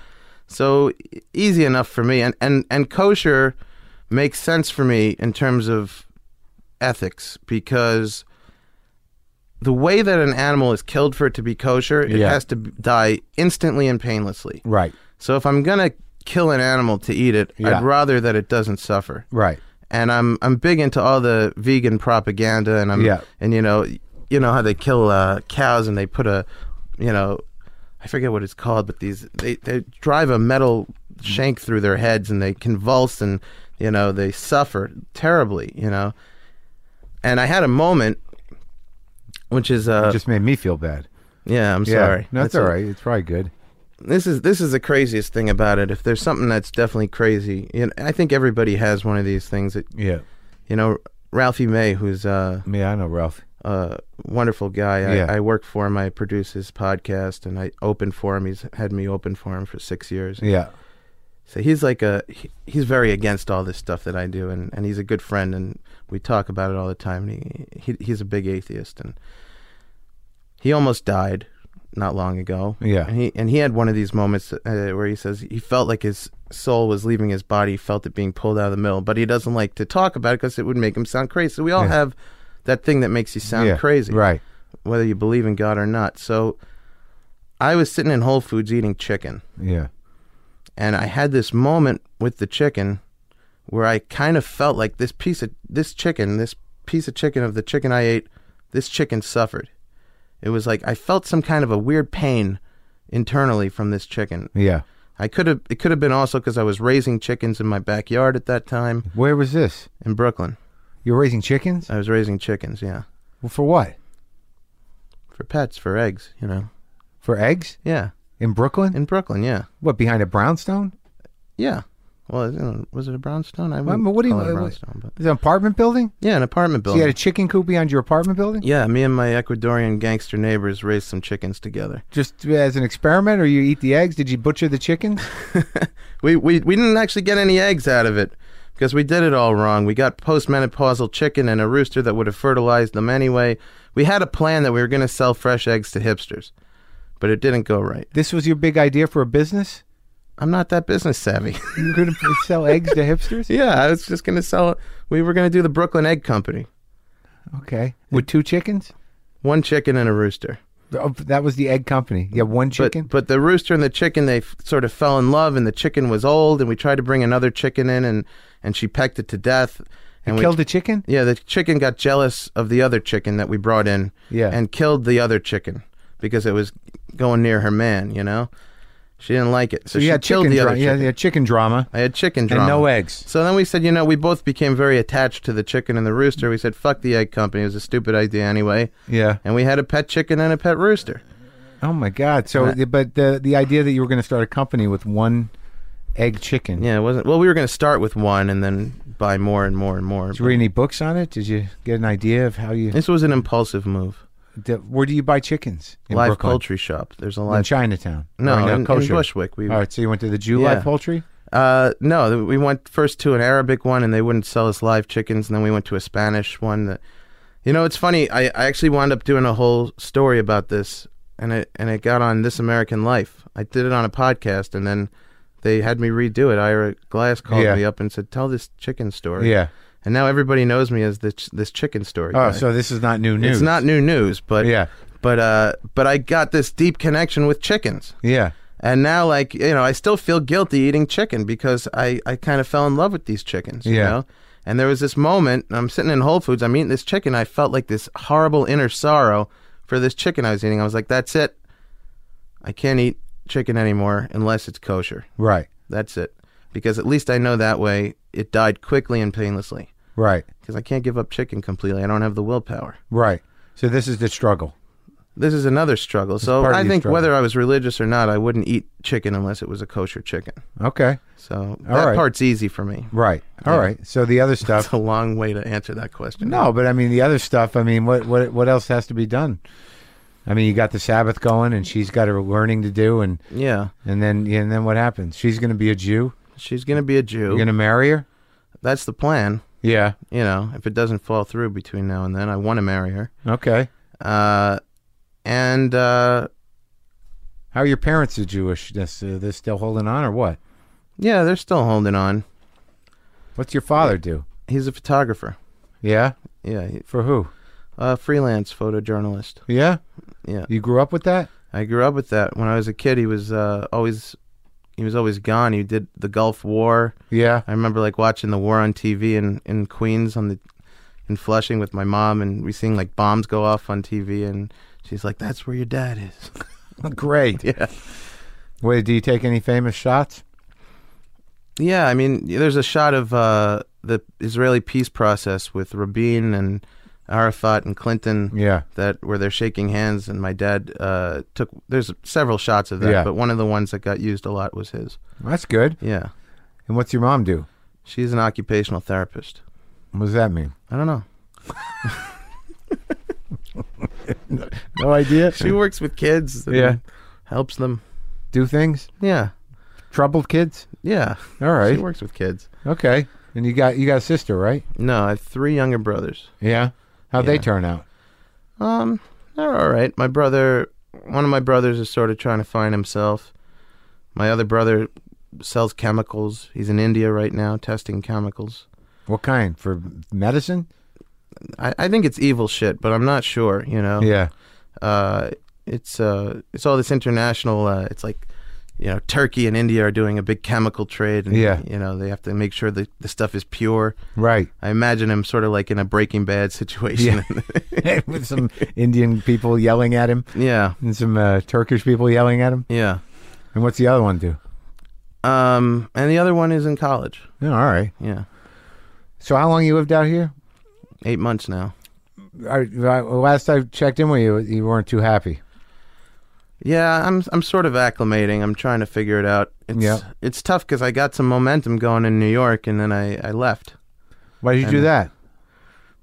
Speaker 2: so e- easy enough for me. And and and kosher makes sense for me in terms of ethics because the way that an animal is killed for it to be kosher, it
Speaker 1: Yeah.
Speaker 2: has to b- die instantly and painlessly.
Speaker 1: Right.
Speaker 2: So if I'm gonna kill an animal to eat it,
Speaker 1: Yeah.
Speaker 2: I'd rather that it doesn't suffer
Speaker 1: Right.
Speaker 2: and I'm I'm big into all the vegan propaganda, and I'm
Speaker 1: Yeah.
Speaker 2: and you know you know how they kill uh, cows and they put a you know I forget what it's called, but these they they drive a metal
Speaker 1: Mm-hmm.
Speaker 2: shank through their heads and they convulse and you know they suffer terribly, you know. And I had a moment, which is uh
Speaker 1: Just made me feel bad.
Speaker 2: yeah I'm
Speaker 1: Yeah.
Speaker 2: sorry
Speaker 1: No, it's
Speaker 2: That's
Speaker 1: all
Speaker 2: a-
Speaker 1: right. It's probably good.
Speaker 2: this is this is the craziest thing about it. If there's something that's definitely crazy, you know, I think everybody has one of these things that
Speaker 1: Yeah.
Speaker 2: you know Ralphie May, who's uh,
Speaker 1: Yeah, I know Ralph.
Speaker 2: a wonderful guy. I,
Speaker 1: Yeah.
Speaker 2: I work for him. I produce his podcast, and I open for him. He's had me open for him for six years.
Speaker 1: Yeah.
Speaker 2: So he's like a he- he's very against all this stuff that I do, and, and he's a good friend, and we talk about it all the time. And he, he he's a big atheist, and he almost died not long ago.
Speaker 1: Yeah.
Speaker 2: and he and he had one of these moments uh, where he says he felt like his soul was leaving his body, he felt it being pulled out of the middle, but he doesn't like to talk about it because it would make him sound crazy. So we all
Speaker 1: Yeah.
Speaker 2: have that thing that makes you sound
Speaker 1: yeah.
Speaker 2: crazy,
Speaker 1: Right.
Speaker 2: Whether you believe in God or not. So I was sitting in Whole Foods eating chicken
Speaker 1: Yeah.
Speaker 2: and I had this moment with the chicken where I kind of felt like this piece of this chicken, this piece of chicken of the chicken I ate, this chicken suffered. It was like I felt some kind of a weird pain internally from this chicken.
Speaker 1: Yeah.
Speaker 2: I could have it could have been also cuz I was raising chickens in my backyard at that time
Speaker 1: Where was this?
Speaker 2: in Brooklyn.
Speaker 1: You're raising chickens?
Speaker 2: I was raising chickens, yeah,
Speaker 1: Well, for what?
Speaker 2: for pets, for eggs, you know.
Speaker 1: For eggs?
Speaker 2: Yeah,
Speaker 1: In Brooklyn?
Speaker 2: in Brooklyn, yeah.
Speaker 1: What, behind a brownstone?
Speaker 2: Yeah. Well, you know, was it a brownstone? I
Speaker 1: Well,
Speaker 2: wouldn't
Speaker 1: what do you-
Speaker 2: Mm, call it a
Speaker 1: what-
Speaker 2: brownstone, but
Speaker 1: Is it an apartment building?
Speaker 2: yeah, an apartment
Speaker 1: So you
Speaker 2: building.
Speaker 1: had a chicken coop behind your apartment building?
Speaker 2: Yeah, me and my Ecuadorian gangster neighbors raised some chickens together.
Speaker 1: Just uh, as an experiment, or you eat the eggs? Did you butcher the
Speaker 2: [LAUGHS]
Speaker 1: chickens?
Speaker 2: We we, we didn't actually get any eggs out of it because we did it all wrong. We got postmenopausal chicken and a rooster that would have fertilized them anyway. We had a plan that we were going to sell fresh eggs to hipsters, but it didn't go right.
Speaker 1: this was your big idea for a business?
Speaker 2: I'm not that business savvy. [LAUGHS]
Speaker 1: You're going to [LAUGHS] sell eggs to hipsters?
Speaker 2: yeah, I was just going to sell We were going to do the Brooklyn Egg Company.
Speaker 1: Okay. With two chickens?
Speaker 2: One chicken and a rooster.
Speaker 1: Oh, that was the egg company. You have one
Speaker 2: But,
Speaker 1: chicken?
Speaker 2: but the rooster and the chicken, they f- sort of fell in love, and the chicken was old, and we tried to bring another chicken in, and, and she pecked it to death. And we
Speaker 1: Killed the chicken?
Speaker 2: Yeah, the chicken got jealous of the other chicken that we brought in.
Speaker 1: Yeah.
Speaker 2: And killed the other chicken because it was going near her man, you know? She didn't like it. So,
Speaker 1: So
Speaker 2: she
Speaker 1: you had
Speaker 2: killed
Speaker 1: chicken,
Speaker 2: the
Speaker 1: dra-
Speaker 2: other
Speaker 1: you had-
Speaker 2: chicken.
Speaker 1: you had chicken drama.
Speaker 2: I had chicken
Speaker 1: And
Speaker 2: drama.
Speaker 1: no eggs.
Speaker 2: So then we said, you know, we both became very attached to the chicken and the rooster. We said, fuck the egg company. It was a stupid idea anyway.
Speaker 1: Yeah.
Speaker 2: And we had a pet chicken and a pet rooster.
Speaker 1: Oh my God! So, but the the idea that you were going to start a company with one egg chicken.
Speaker 2: Yeah, it wasn't. Well, we were going to start with one and then buy more and more and more.
Speaker 1: Did you read any books on it? Did you get an idea of how you?
Speaker 2: This was an impulsive move.
Speaker 1: Did, where do you buy chickens? In
Speaker 2: live
Speaker 1: Brooklyn?
Speaker 2: poultry shop. There's a
Speaker 1: in
Speaker 2: live.
Speaker 1: Chinatown.
Speaker 2: No,
Speaker 1: Or uh,
Speaker 2: in- in
Speaker 1: kosher.
Speaker 2: Bushwick. We-
Speaker 1: All right, so you went to the Jew
Speaker 2: Yeah.
Speaker 1: live poultry.
Speaker 2: Uh, no, th- we went first to an Arabic one, and they wouldn't sell us live chickens. And then we went to a Spanish one. That, you know, it's funny. I, I actually wound up doing a whole story about this, and it and it got on This American Life. I did it on a podcast, and then they had me redo it. Ira Glass called
Speaker 1: Yeah.
Speaker 2: me up and said, "Tell this chicken story."
Speaker 1: Yeah.
Speaker 2: and now everybody knows me as this this chicken story.
Speaker 1: Oh,
Speaker 2: guy.
Speaker 1: so this is not new news.
Speaker 2: it's not new news, but
Speaker 1: Yeah.
Speaker 2: but uh, but I got this deep connection with chickens.
Speaker 1: Yeah.
Speaker 2: And now, like you know, I still feel guilty eating chicken because I I kind of fell in love with these chickens. You
Speaker 1: Yeah.
Speaker 2: know? And there was this moment I'm sitting in Whole Foods. I'm eating this chicken. I felt like this horrible inner sorrow for this chicken I was eating. I was like, that's it. I can't eat chicken anymore unless it's kosher.
Speaker 1: Right.
Speaker 2: That's it. Because at least I know that way it died quickly and painlessly.
Speaker 1: Right.
Speaker 2: Because I can't give up chicken completely. I don't have the willpower.
Speaker 1: Right. So this is the struggle.
Speaker 2: This is another struggle. So
Speaker 1: part of
Speaker 2: I
Speaker 1: your
Speaker 2: think
Speaker 1: struggle.
Speaker 2: whether I was religious or not, I wouldn't eat chicken unless it was a kosher chicken.
Speaker 1: Okay.
Speaker 2: So that
Speaker 1: right.
Speaker 2: part's easy for me.
Speaker 1: Right. All right. So the other stuff.
Speaker 2: It's a long way to answer that question.
Speaker 1: No, but I mean the other stuff. I mean, what what what else has to be done? I mean, you got the Sabbath going, and she's got her learning to do, and
Speaker 2: Yeah.
Speaker 1: and then and then what happens? She's going to be a Jew.
Speaker 2: She's going to be a Jew.
Speaker 1: You're going to marry her.
Speaker 2: That's the plan.
Speaker 1: Yeah.
Speaker 2: You know, if it doesn't fall through between now and then, I want to marry her.
Speaker 1: Okay.
Speaker 2: Uh, and uh,
Speaker 1: How are your parents are Jewish? This uh, this still holding on or what?
Speaker 2: yeah, they're still holding on.
Speaker 1: What's your father do?
Speaker 2: He's a photographer.
Speaker 1: Yeah.
Speaker 2: Yeah, he-
Speaker 1: For who?
Speaker 2: a freelance photojournalist.
Speaker 1: Yeah.
Speaker 2: Yeah.
Speaker 1: You grew up with that?
Speaker 2: I grew up with that. When I was a kid, he was uh, always he was always gone. He did the Gulf War.
Speaker 1: Yeah. [LAUGHS]
Speaker 2: I remember like watching the war on TV in, in Queens on the in Flushing with my mom, and we seeing like bombs go off on TV, and she's like, "That's where your dad is." [LAUGHS]
Speaker 1: Great.
Speaker 2: yeah,
Speaker 1: Wait, do you take any famous shots?
Speaker 2: yeah. I mean, there's a shot of uh, the Israeli peace process with Rabin and Arafat and Clinton.
Speaker 1: Yeah.
Speaker 2: That where they're shaking hands, and my dad uh, took. There's several shots of that,
Speaker 1: Yeah.
Speaker 2: but one of the ones that got used a lot was his.
Speaker 1: That's good.
Speaker 2: Yeah,
Speaker 1: And what's your mom do?
Speaker 2: she's an occupational therapist.
Speaker 1: What does that mean?
Speaker 2: I don't know.
Speaker 1: No idea.
Speaker 2: She works with kids. and
Speaker 1: Yeah.
Speaker 2: helps them.
Speaker 1: do things?
Speaker 2: Yeah,
Speaker 1: Troubled kids?
Speaker 2: yeah.
Speaker 1: All
Speaker 2: She
Speaker 1: right.
Speaker 2: works with kids.
Speaker 1: Okay. And you got you got a sister, right?
Speaker 2: No, I have three younger brothers.
Speaker 1: Yeah. How'd they
Speaker 2: Yeah.
Speaker 1: turn out?
Speaker 2: Um, they're all right. My brother, one of my brothers is sort of trying to find himself. My other brother sells chemicals. He's in India right now testing chemicals.
Speaker 1: What kind? For medicine?
Speaker 2: I, I think it's evil shit, but I'm not sure, you know?
Speaker 1: Yeah.
Speaker 2: Uh, it's, uh, it's all this international, uh, it's like, you know, Turkey and India are doing a big chemical trade. And,
Speaker 1: Yeah.
Speaker 2: You know, they have to make sure that the stuff is pure.
Speaker 1: Right. [LAUGHS]
Speaker 2: I imagine him sort of like in a Breaking Bad situation.
Speaker 1: With some Indian people yelling at him
Speaker 2: [LAUGHS] yeah.
Speaker 1: and some uh, Turkish people yelling at him.
Speaker 2: Yeah.
Speaker 1: And what's the other one do?
Speaker 2: Um, and the other one is in college.
Speaker 1: Yeah, all right.
Speaker 2: Yeah,
Speaker 1: So how long you lived out here?
Speaker 2: eight months now.
Speaker 1: I, I- last I checked in with you, you weren't too happy.
Speaker 2: Yeah, I'm I'm sort of acclimating. I'm trying to figure it out. It's
Speaker 1: Yeah.
Speaker 2: it's tough because I got some momentum going in New York, and then I I left
Speaker 1: Why did you do
Speaker 2: And-
Speaker 1: that?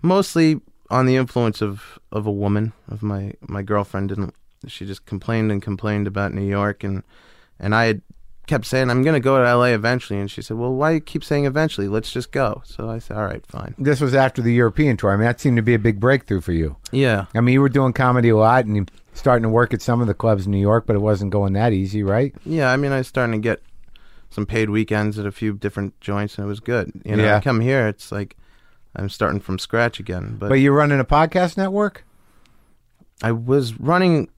Speaker 2: mostly on the influence of of a woman of my my girlfriend didn't she just complained and complained about New York and and I had kept saying I'm gonna go to LA eventually and she said well why you keep saying eventually let's just go so I said all right fine
Speaker 1: This was after the European tour. I mean, that seemed to be a big breakthrough for you.
Speaker 2: yeah
Speaker 1: I mean, you were doing comedy a lot and you starting to work at some of the clubs in New York, but it wasn't going that easy, right?
Speaker 2: Yeah, I mean, I was starting to get some paid weekends at a few different joints, and it was good. You know,
Speaker 1: Yeah.
Speaker 2: I come here, it's like I'm starting from scratch again. But,
Speaker 1: But you're running a podcast network?
Speaker 2: I was running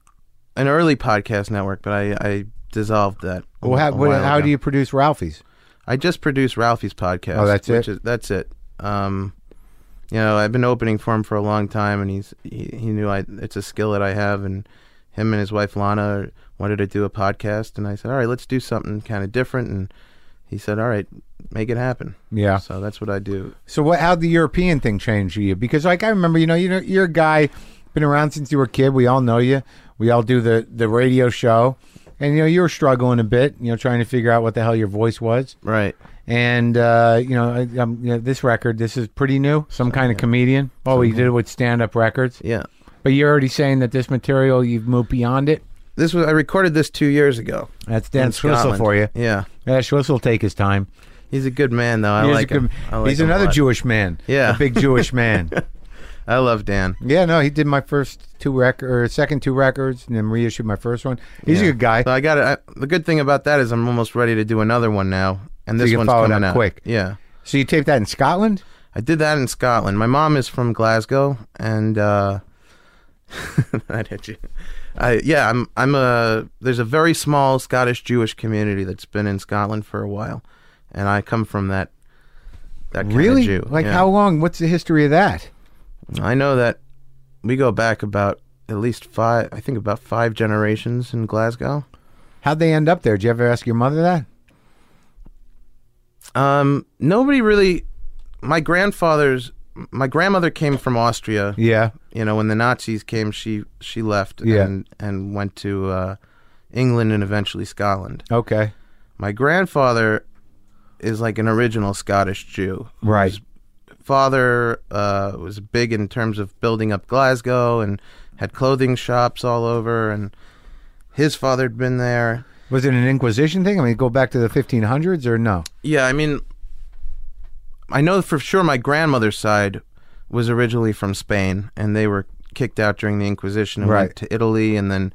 Speaker 2: an early podcast network, but I, I dissolved that. a-
Speaker 1: Well, how,
Speaker 2: a
Speaker 1: what,
Speaker 2: while
Speaker 1: how
Speaker 2: ago.
Speaker 1: do you produce Ralphie's?
Speaker 2: I just produced Ralphie's podcast.
Speaker 1: Oh, that's
Speaker 2: which
Speaker 1: it?
Speaker 2: is- that's it. Um, you know, I've been opening for him for a long time, and he's he, he knew I it's a skill that I have, and him and his wife Lana wanted to do a podcast, and I said, all right, let's do something kind of different, and he said, all right, make it happen.
Speaker 1: Yeah.
Speaker 2: So that's what I do.
Speaker 1: So what? How would the European thing change you? Because like I remember, you know, you know, you're a guy been around since you were a kid. We all know you. We all do the the radio show, and you know you were struggling a bit. You know, trying to figure out what the hell your voice was.
Speaker 2: Right.
Speaker 1: And uh, you know, I, um, you know, this record, this is pretty new. Some kind of comedian. Oh, you did it with stand up records,
Speaker 2: Yeah.
Speaker 1: but you're already saying that this material you've moved beyond it.
Speaker 2: This was I recorded this two years ago.
Speaker 1: That's
Speaker 2: in
Speaker 1: Dan Swissel
Speaker 2: Scotland.
Speaker 1: for you.
Speaker 2: Yeah.
Speaker 1: Yeah, Swissel will take his time.
Speaker 2: He's a good man though. I
Speaker 1: He's a
Speaker 2: like
Speaker 1: good-
Speaker 2: him. I like
Speaker 1: he's
Speaker 2: him a
Speaker 1: another
Speaker 2: lot.
Speaker 1: Jewish man.
Speaker 2: Yeah.
Speaker 1: a big
Speaker 2: [LAUGHS]
Speaker 1: Jewish man.
Speaker 2: I love Dan.
Speaker 1: Yeah, no, he did my first two record or second two records, and then reissued my first one. He's
Speaker 2: Yeah.
Speaker 1: a good guy.
Speaker 2: So I got it. The good thing about that is I'm almost ready to do another one now, and
Speaker 1: So
Speaker 2: this
Speaker 1: you can
Speaker 2: one's
Speaker 1: follow it
Speaker 2: coming
Speaker 1: up
Speaker 2: out
Speaker 1: quick.
Speaker 2: Yeah,
Speaker 1: So you taped that in Scotland?
Speaker 2: I did that in Scotland. My mom is from Glasgow, and uh, [LAUGHS] that hit you. I, yeah, I'm. I'm a. There's a very small Scottish Jewish community that's been in Scotland for a while, and I come from that. That kind
Speaker 1: Really?
Speaker 2: Of Jew.
Speaker 1: Like
Speaker 2: Yeah.
Speaker 1: how long? What's the history of that?
Speaker 2: I know that we go back about at least five. I think about five generations in Glasgow.
Speaker 1: How'd they end up there? Did you ever ask your mother that?
Speaker 2: Um, nobody really. My grandfather's, my grandmother came from Austria.
Speaker 1: Yeah.
Speaker 2: You know, when the Nazis came, she she left
Speaker 1: Yeah.
Speaker 2: and and went to uh, England and eventually Scotland.
Speaker 1: Okay.
Speaker 2: My grandfather is like an original Scottish Jew.
Speaker 1: Right.
Speaker 2: His father uh, was big in terms of building up Glasgow and had clothing shops all over, and his father had been there.
Speaker 1: Was it an Inquisition thing? I mean, go back to the 1500s or no?
Speaker 2: Yeah, I mean, I know for sure my grandmother's side was originally from Spain, and they were kicked out during the Inquisition and
Speaker 1: Right.
Speaker 2: went to Italy, and then,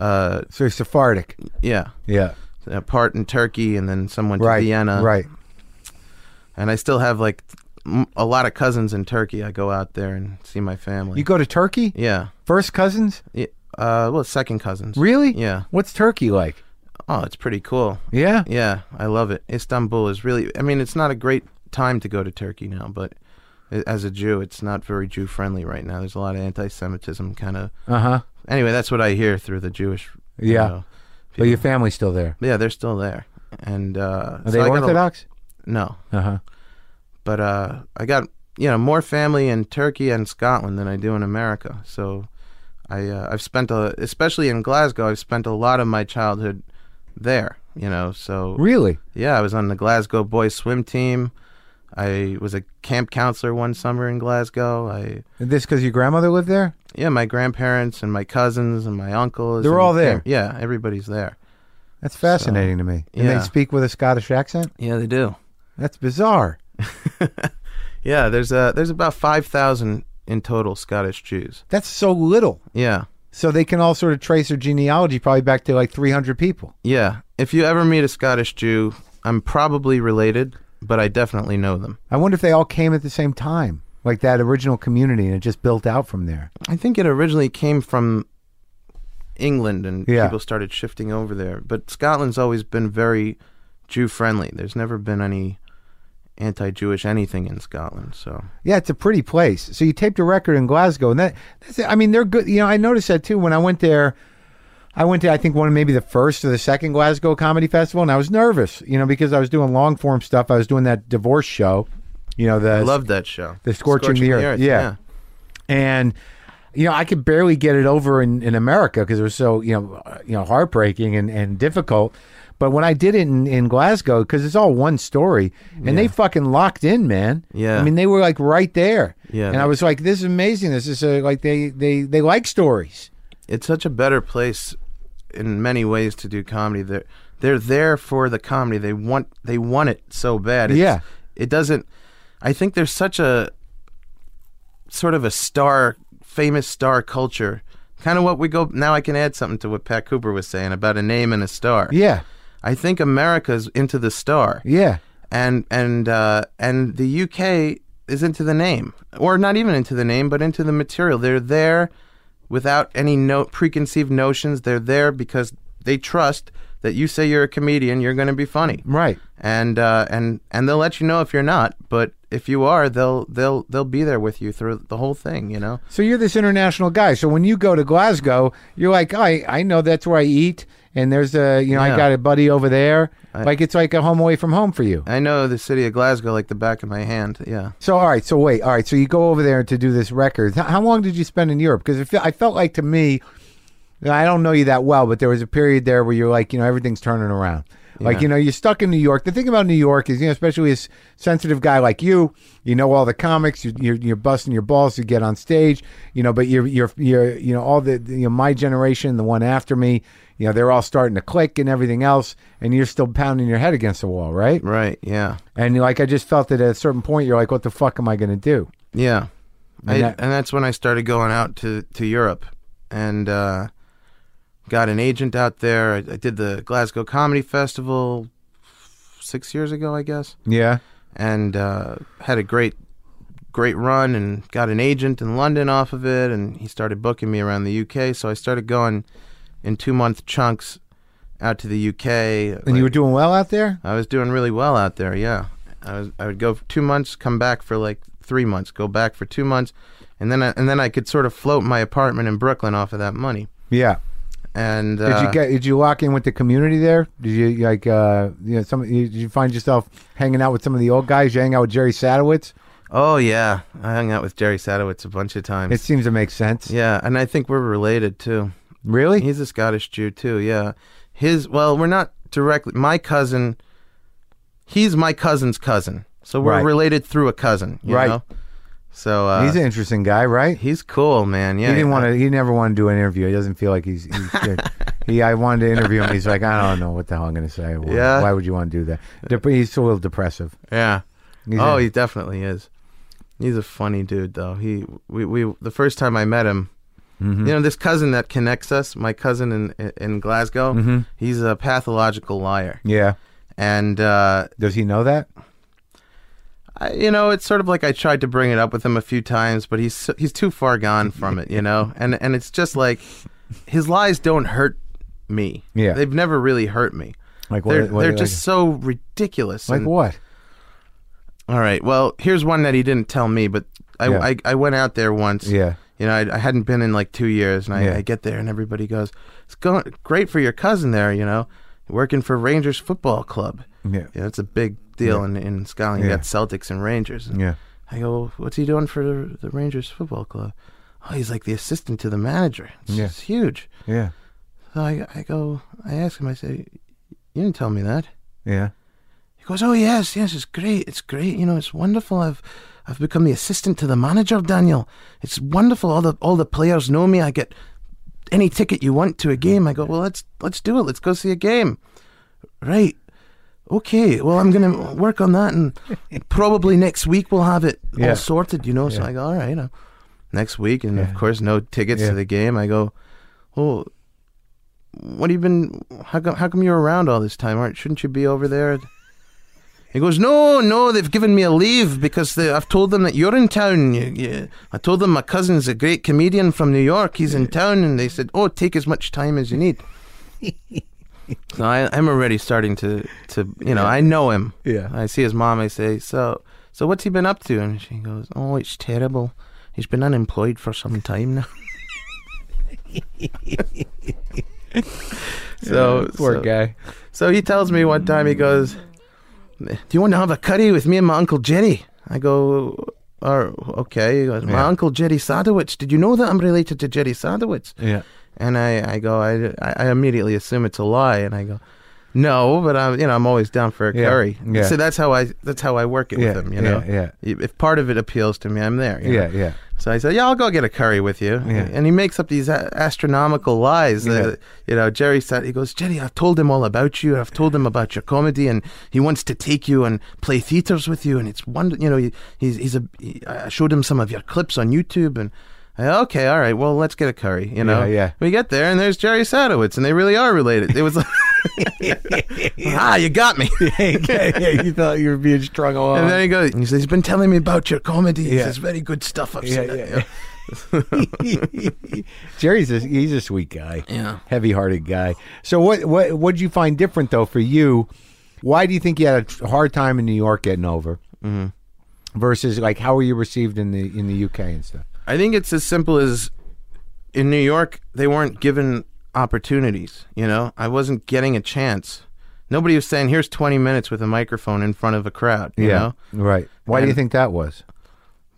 Speaker 2: uh,
Speaker 1: So you're Sephardic.
Speaker 2: yeah,
Speaker 1: Yeah.
Speaker 2: a part in Turkey, and then some went
Speaker 1: Right.
Speaker 2: to Vienna.
Speaker 1: Right.
Speaker 2: And I still have like m- a lot of cousins in Turkey. I go out there and see my family.
Speaker 1: You go to Turkey?
Speaker 2: yeah.
Speaker 1: First cousins?
Speaker 2: yeah. Uh, well, second cousins.
Speaker 1: Really?
Speaker 2: Yeah.
Speaker 1: What's Turkey like?
Speaker 2: Oh, it's pretty cool.
Speaker 1: Yeah.
Speaker 2: Yeah, I love it. Istanbul is really. I mean, it's not a great time to go to Turkey now, but i- as a Jew, it's not very Jew friendly right now. There's a lot of anti-Semitism, kind of.
Speaker 1: Uh huh.
Speaker 2: Anyway, that's what I hear through the Jewish. you
Speaker 1: Yeah.
Speaker 2: know,
Speaker 1: But your family's still there.
Speaker 2: yeah, they're still there, and uh,
Speaker 1: Are
Speaker 2: so
Speaker 1: they
Speaker 2: I got a-
Speaker 1: Orthodox?
Speaker 2: no,
Speaker 1: Uh huh.
Speaker 2: but uh, I got you know more family in Turkey and Scotland than I do in America. So I uh, I've spent a especially in Glasgow. I've spent a lot of my childhood there. You know, so
Speaker 1: Really?
Speaker 2: yeah, I was on the Glasgow boys swim team. I was a camp counselor one summer in Glasgow. I
Speaker 1: Is this because your grandmother lived there?
Speaker 2: yeah, my grandparents and my cousins and my uncles.
Speaker 1: They're
Speaker 2: and-
Speaker 1: all there.
Speaker 2: Yeah, everybody's there.
Speaker 1: That's fascinating to me. And
Speaker 2: yeah.
Speaker 1: they speak with a Scottish accent?
Speaker 2: Yeah, they do.
Speaker 1: That's bizarre.
Speaker 2: [LAUGHS] Yeah, there's uh there's about five thousand in total Scottish Jews.
Speaker 1: That's so little.
Speaker 2: Yeah,
Speaker 1: So they can all sort of trace their genealogy probably back to like 300 people.
Speaker 2: yeah. If you ever meet a Scottish Jew, I'm probably related, but I definitely know them.
Speaker 1: I wonder if they all came at the same time, like that original community, and it just built out from there.
Speaker 2: I think it originally came from England and
Speaker 1: Yeah.
Speaker 2: people started shifting over there. But Scotland's always been very Jew friendly. There's never been any anti Jewish anything in Scotland. So
Speaker 1: Yeah, it's a pretty place. So you taped a record in Glasgow, and that that's it. I mean, they're good. You know, I noticed that too when I went there. I went to I think one of maybe the first or the second Glasgow Comedy Festival, and I was nervous, you know, because I was doing long form stuff. I was doing that divorce show, you know, the
Speaker 2: I loved that show.
Speaker 1: The Scorching the Earth, yeah. and you know I could barely get it over in, in America because it was so you know uh, you know heartbreaking and, and difficult. But when I did it in, in Glasgow, because it's all one story, and they fucking locked in, man.
Speaker 2: Yeah.
Speaker 1: I mean they were like right there.
Speaker 2: Yeah,
Speaker 1: and I
Speaker 2: they-
Speaker 1: was like, this is amazing. This is uh like they they they like stories.
Speaker 2: It's such a better place in many ways to do comedy. They're they're there for the comedy. They want they want it so bad. It's,
Speaker 1: Yeah.
Speaker 2: It doesn't I think there's such a sort of a star, famous star culture. Kind of what we go now. I can add something to what Pat Cooper was saying about a name and a star.
Speaker 1: Yeah,
Speaker 2: I think America's into the star,
Speaker 1: yeah,
Speaker 2: and and uh, and the UK is into the name, or not even into the name, but into the material. They're there without any no preconceived notions. They're there because they trust that you say you're a comedian, you're going to be funny
Speaker 1: right.
Speaker 2: and uh, and and they'll let you know if you're not. But if you are, they'll they'll they'll be there with you through the whole thing. You know.
Speaker 1: So you're this international guy. So when you go to Glasgow, you're like, oh, I I know that's where I eat, and there's a you know I
Speaker 2: Yeah.
Speaker 1: got a buddy over there. like it's like a home away from home for you.
Speaker 2: I know the city of Glasgow like the back of my hand. Yeah.
Speaker 1: So all right, so wait, all right, so you go over there to do this record. How- How long did you spend in Europe? Because fe- I felt like to me, I don't know you that well, but there was a period there where you're like, you know, everything's turning around. Like
Speaker 2: Yeah.
Speaker 1: you know, you're stuck in New York. The thing about New York is, you know, especially as sensitive guy like you, you know all the comics. You, you're you're busting your balls to get on stage, you know. But you're you're you're you know all the you know my generation, the one after me, you know, they're all starting to click and everything else, and you're still pounding your head against the wall, right?
Speaker 2: Right. Yeah.
Speaker 1: And like I just felt that at a certain point, you're like, what the fuck am I going to do?
Speaker 2: Yeah. I,
Speaker 1: that-
Speaker 2: and that's when I started going out to to Europe, and uh, got an agent out there. I, I did the Glasgow Comedy Festival six years ago, I guess.
Speaker 1: Yeah.
Speaker 2: and uh, had a great great run and got an agent in London off of it and he started booking me around the UK so I started going in 2 month chunks out to the UK and
Speaker 1: And you were doing well out there?
Speaker 2: I was doing really well out there yeah I was I would go for 2 months come back for like 3 months go back for 2 months and then I, and then I could sort of float my apartment in Brooklyn off of that money
Speaker 1: Yeah.
Speaker 2: And
Speaker 1: Did
Speaker 2: uh,
Speaker 1: you get? Did you lock in with the community there? Did you like? Uh, you know, some. You, did you find yourself hanging out with some of the old guys? You hang out with Jerry Sadowitz.
Speaker 2: Oh yeah, I hung out with Jerry Sadowitz a bunch of times.
Speaker 1: It seems to make sense.
Speaker 2: yeah, and I think we're related too.
Speaker 1: Really?
Speaker 2: He's a Scottish Jew too. Yeah, his well, we're not directly. My cousin, he's my cousin's cousin, so we're
Speaker 1: Right.
Speaker 2: related through a cousin. You
Speaker 1: Right.
Speaker 2: Know? So uh,
Speaker 1: he's
Speaker 2: he's
Speaker 1: an interesting guy, right?
Speaker 2: he's cool, man. Yeah.
Speaker 1: he didn't want to. He never wanted to do an interview. He doesn't feel like he's.
Speaker 2: [LAUGHS]
Speaker 1: he's good. he, I wanted to interview him. He's like, I don't know what the hell I'm going to say. Why,
Speaker 2: Yeah.
Speaker 1: why would you want to do that? Dep- he's a little depressive.
Speaker 2: Yeah.
Speaker 1: He's
Speaker 2: oh,
Speaker 1: in-
Speaker 2: he definitely is. He's a funny dude, though. He we, we the first time I met him,
Speaker 1: Mm-hmm.
Speaker 2: you know, this cousin that connects us, my cousin in in Glasgow,
Speaker 1: Mm-hmm.
Speaker 2: he's a pathological liar,
Speaker 1: Yeah.
Speaker 2: and uh,
Speaker 1: Does he know that?
Speaker 2: I, you know, it's sort of like I tried to bring it up with him a few times, but he's so- he's too far gone from it, you know, and and it's just like his lies don't hurt me.
Speaker 1: Yeah.
Speaker 2: they've never really hurt me.
Speaker 1: Like what?
Speaker 2: They're
Speaker 1: what-
Speaker 2: they're
Speaker 1: like-
Speaker 2: just so ridiculous.
Speaker 1: like,
Speaker 2: and-
Speaker 1: what?
Speaker 2: All right. Well, here's one that he didn't tell me, but I,
Speaker 1: Yeah.
Speaker 2: I, I went out there once.
Speaker 1: Yeah.
Speaker 2: You know, I, I hadn't been in like two years, and I,
Speaker 1: Yeah.
Speaker 2: I get there, and everybody goes, "It's going great for your cousin there." You know, working for Rangers football club.
Speaker 1: Yeah.
Speaker 2: You know, it's a big deal in in Scotland. You
Speaker 1: Yeah.
Speaker 2: got Celtics and Rangers. And
Speaker 1: Yeah.
Speaker 2: I go, "What's he doing for the, the Rangers football club?" Oh, he's like the assistant to the manager. It's,
Speaker 1: Yeah.
Speaker 2: it's huge.
Speaker 1: Yeah.
Speaker 2: So I, I go, I ask him. I say, "You didn't tell me that."
Speaker 1: Yeah.
Speaker 2: He goes, "Oh yes, yes, it's great, it's great. You know, it's wonderful. I've, I've become the assistant to the manager, Daniel. It's wonderful. All the all the players know me. I get any ticket you want to a game. I go, well, let's let's do it. Let's go see a game. Right? Okay. Well, I'm gonna work on that,
Speaker 1: [LAUGHS]
Speaker 2: and probably next week we'll have it
Speaker 1: Yeah.
Speaker 2: all sorted. You know. So I go, all right. uh, next week, and of course, no tickets
Speaker 1: Yeah.
Speaker 2: to the game. I go, oh. What have you been? How come? How come you're around all this time? Aren't shouldn't you be over there? He goes, no, no, they've given me a leave because they, I've told them that you're in town. You, you, I told them my cousin's a great comedian from New York. He's in town, and they said, oh, take as much time as you need.
Speaker 1: [LAUGHS]
Speaker 2: so I, I'm already starting to, to, you know, I know him.
Speaker 1: Yeah.
Speaker 2: I see his mom. I say, so, so what's he been up to? And she goes, oh, it's terrible. He's been unemployed for some time
Speaker 1: [LAUGHS]
Speaker 2: now. [LAUGHS] so
Speaker 1: Poor
Speaker 2: so-
Speaker 1: guy.
Speaker 2: so he tells me one time, he goes, Do you want to have a curry with me and my Uncle Jerry? I go, or, Okay. He goes, My
Speaker 1: Yeah.
Speaker 2: Uncle Jerry Sadowitz. Did you know that I'm related to Jerry Sadowitz?
Speaker 1: Yeah.
Speaker 2: And I, I go, I, I immediately assume it's a lie. And I go, no, but I'm, you know, I'm always down for a
Speaker 1: Yeah,
Speaker 2: curry.
Speaker 1: yeah.
Speaker 2: So that's how I, that's how I work it
Speaker 1: Yeah,
Speaker 2: with him. You
Speaker 1: yeah,
Speaker 2: know,
Speaker 1: yeah.
Speaker 2: If part of it appeals to me, I'm there. you know?
Speaker 1: Yeah. [LAUGHS] Yeah.
Speaker 2: So I said, "Yeah, I'll go get a curry with you."
Speaker 1: Yeah.
Speaker 2: And he makes up these a- astronomical lies.
Speaker 1: Yeah.
Speaker 2: Uh, you know, Jerry said, "He goes, Jerry, I've told him all about you. I've told him about your comedy, and he wants to take you and play theaters with you. And it's one, you know, he, he's he's a. He, I showed him some of your clips on YouTube, and I, okay, all right, well, let's get a curry. You know,
Speaker 1: yeah.
Speaker 2: We get there, and there's Jerry Sadowitz, and they really are related. It was
Speaker 1: [LAUGHS]
Speaker 2: like, ah, you got me.
Speaker 1: yeah. You thought you were being strung along.
Speaker 2: And then he goes, he says, he's been telling me about your comedy. He
Speaker 1: Yeah.
Speaker 2: says, very good stuff. I've
Speaker 1: Yeah,
Speaker 2: seen it."
Speaker 1: yeah, [LAUGHS] Jerry's a, he's a sweet guy.
Speaker 2: Yeah.
Speaker 1: Heavy-hearted guy. So what what what did you find different though for you? Why do you think you had a tr- hard time in New York getting over? Versus like how were you received in the in the UK and stuff?
Speaker 2: I think it's as simple as in New York, they weren't given opportunities. You know, I wasn't getting a chance. Nobody was saying, "Here's 20 minutes with a microphone in front of a crowd." You know,
Speaker 1: Right. Why do you
Speaker 2: And-
Speaker 1: think that was?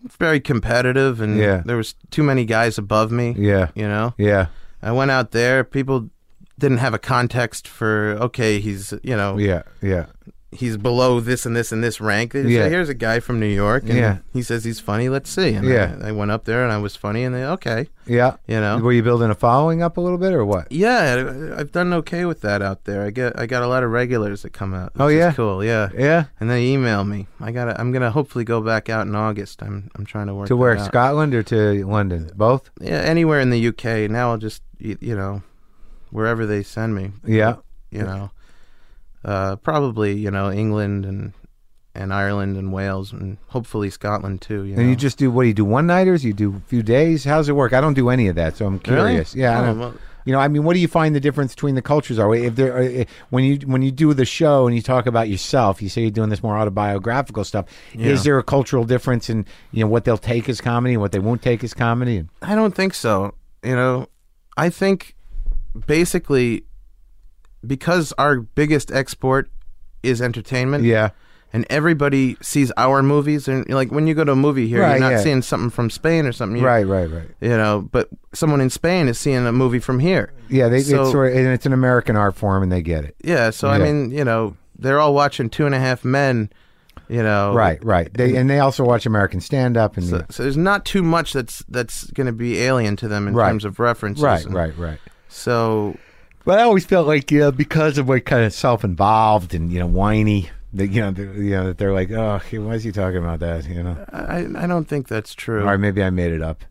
Speaker 2: it's very competitive, and
Speaker 1: Yeah.
Speaker 2: there was too many guys above me.
Speaker 1: Yeah.
Speaker 2: you know,
Speaker 1: Yeah.
Speaker 2: I went out there. People didn't have a context for okay, he's you know
Speaker 1: Yeah. Yeah.
Speaker 2: he's below this and this and this rank. They just
Speaker 1: Yeah.
Speaker 2: say, here's a guy from New York, and
Speaker 1: Yeah.
Speaker 2: he says he's funny. Let's see. And
Speaker 1: Yeah.
Speaker 2: I, I went up there and I was funny, and they okay,
Speaker 1: Yeah.
Speaker 2: you know.
Speaker 1: Were you building a following up a little bit or what?
Speaker 2: Yeah, I- I've done okay with that out there. I get I got a lot of regulars that come out.
Speaker 1: Oh,
Speaker 2: which is
Speaker 1: yeah?
Speaker 2: cool. Yeah,
Speaker 1: Yeah.
Speaker 2: and they email me. I got. to I'm gonna hopefully go back out in August. I'm I'm trying to work
Speaker 1: To
Speaker 2: that
Speaker 1: where
Speaker 2: out.
Speaker 1: Scotland or to London? Both.
Speaker 2: Yeah, anywhere in the UK. Now I'll just y- you know, wherever they send me.
Speaker 1: Yeah.
Speaker 2: You know, uh, probably you know England and and Ireland and Wales and hopefully Scotland too. You
Speaker 1: And
Speaker 2: know?
Speaker 1: you just do what do you do one nighters? You do a few days? How's it work? I don't do any of that, so I'm
Speaker 2: Really?
Speaker 1: curious. Yeah, I
Speaker 2: Oh,
Speaker 1: don't,
Speaker 2: well,
Speaker 1: you know, I mean, what do you find the difference between the cultures are? If there, are, when you when you do the show and you talk about yourself, you say you're doing this more autobiographical stuff. Is there a cultural difference in you know what they'll take as comedy and what they won't take as comedy?
Speaker 2: I don't think so. You know, I think basically because our biggest export is entertainment.
Speaker 1: Yeah.
Speaker 2: And everybody sees our movies, and like when you go to a movie here,
Speaker 1: Right,
Speaker 2: you're not
Speaker 1: yeah.
Speaker 2: seeing something from Spain or something. You-
Speaker 1: Right, right, right.
Speaker 2: You know, but someone in Spain is seeing a movie from here.
Speaker 1: Yeah, they
Speaker 2: So-
Speaker 1: it's sort of, and it's an American art form, and they get it.
Speaker 2: Yeah, so I
Speaker 1: Yeah.
Speaker 2: mean, you know, they're all watching Two and a Half Men, you know.
Speaker 1: Right, right. They and they also watch American stand up and
Speaker 2: So, so there's not too much that's that's going to be alien to them in
Speaker 1: Right.
Speaker 2: terms of references.
Speaker 1: right,
Speaker 2: And
Speaker 1: right, right.
Speaker 2: So
Speaker 1: But I always felt like you know because of what kind of self involved and you know whiny that you know the, you know that they're like oh hey, why is he talking about that you know
Speaker 2: I I don't think that's true.
Speaker 1: or maybe I made it
Speaker 2: [LAUGHS]
Speaker 1: up.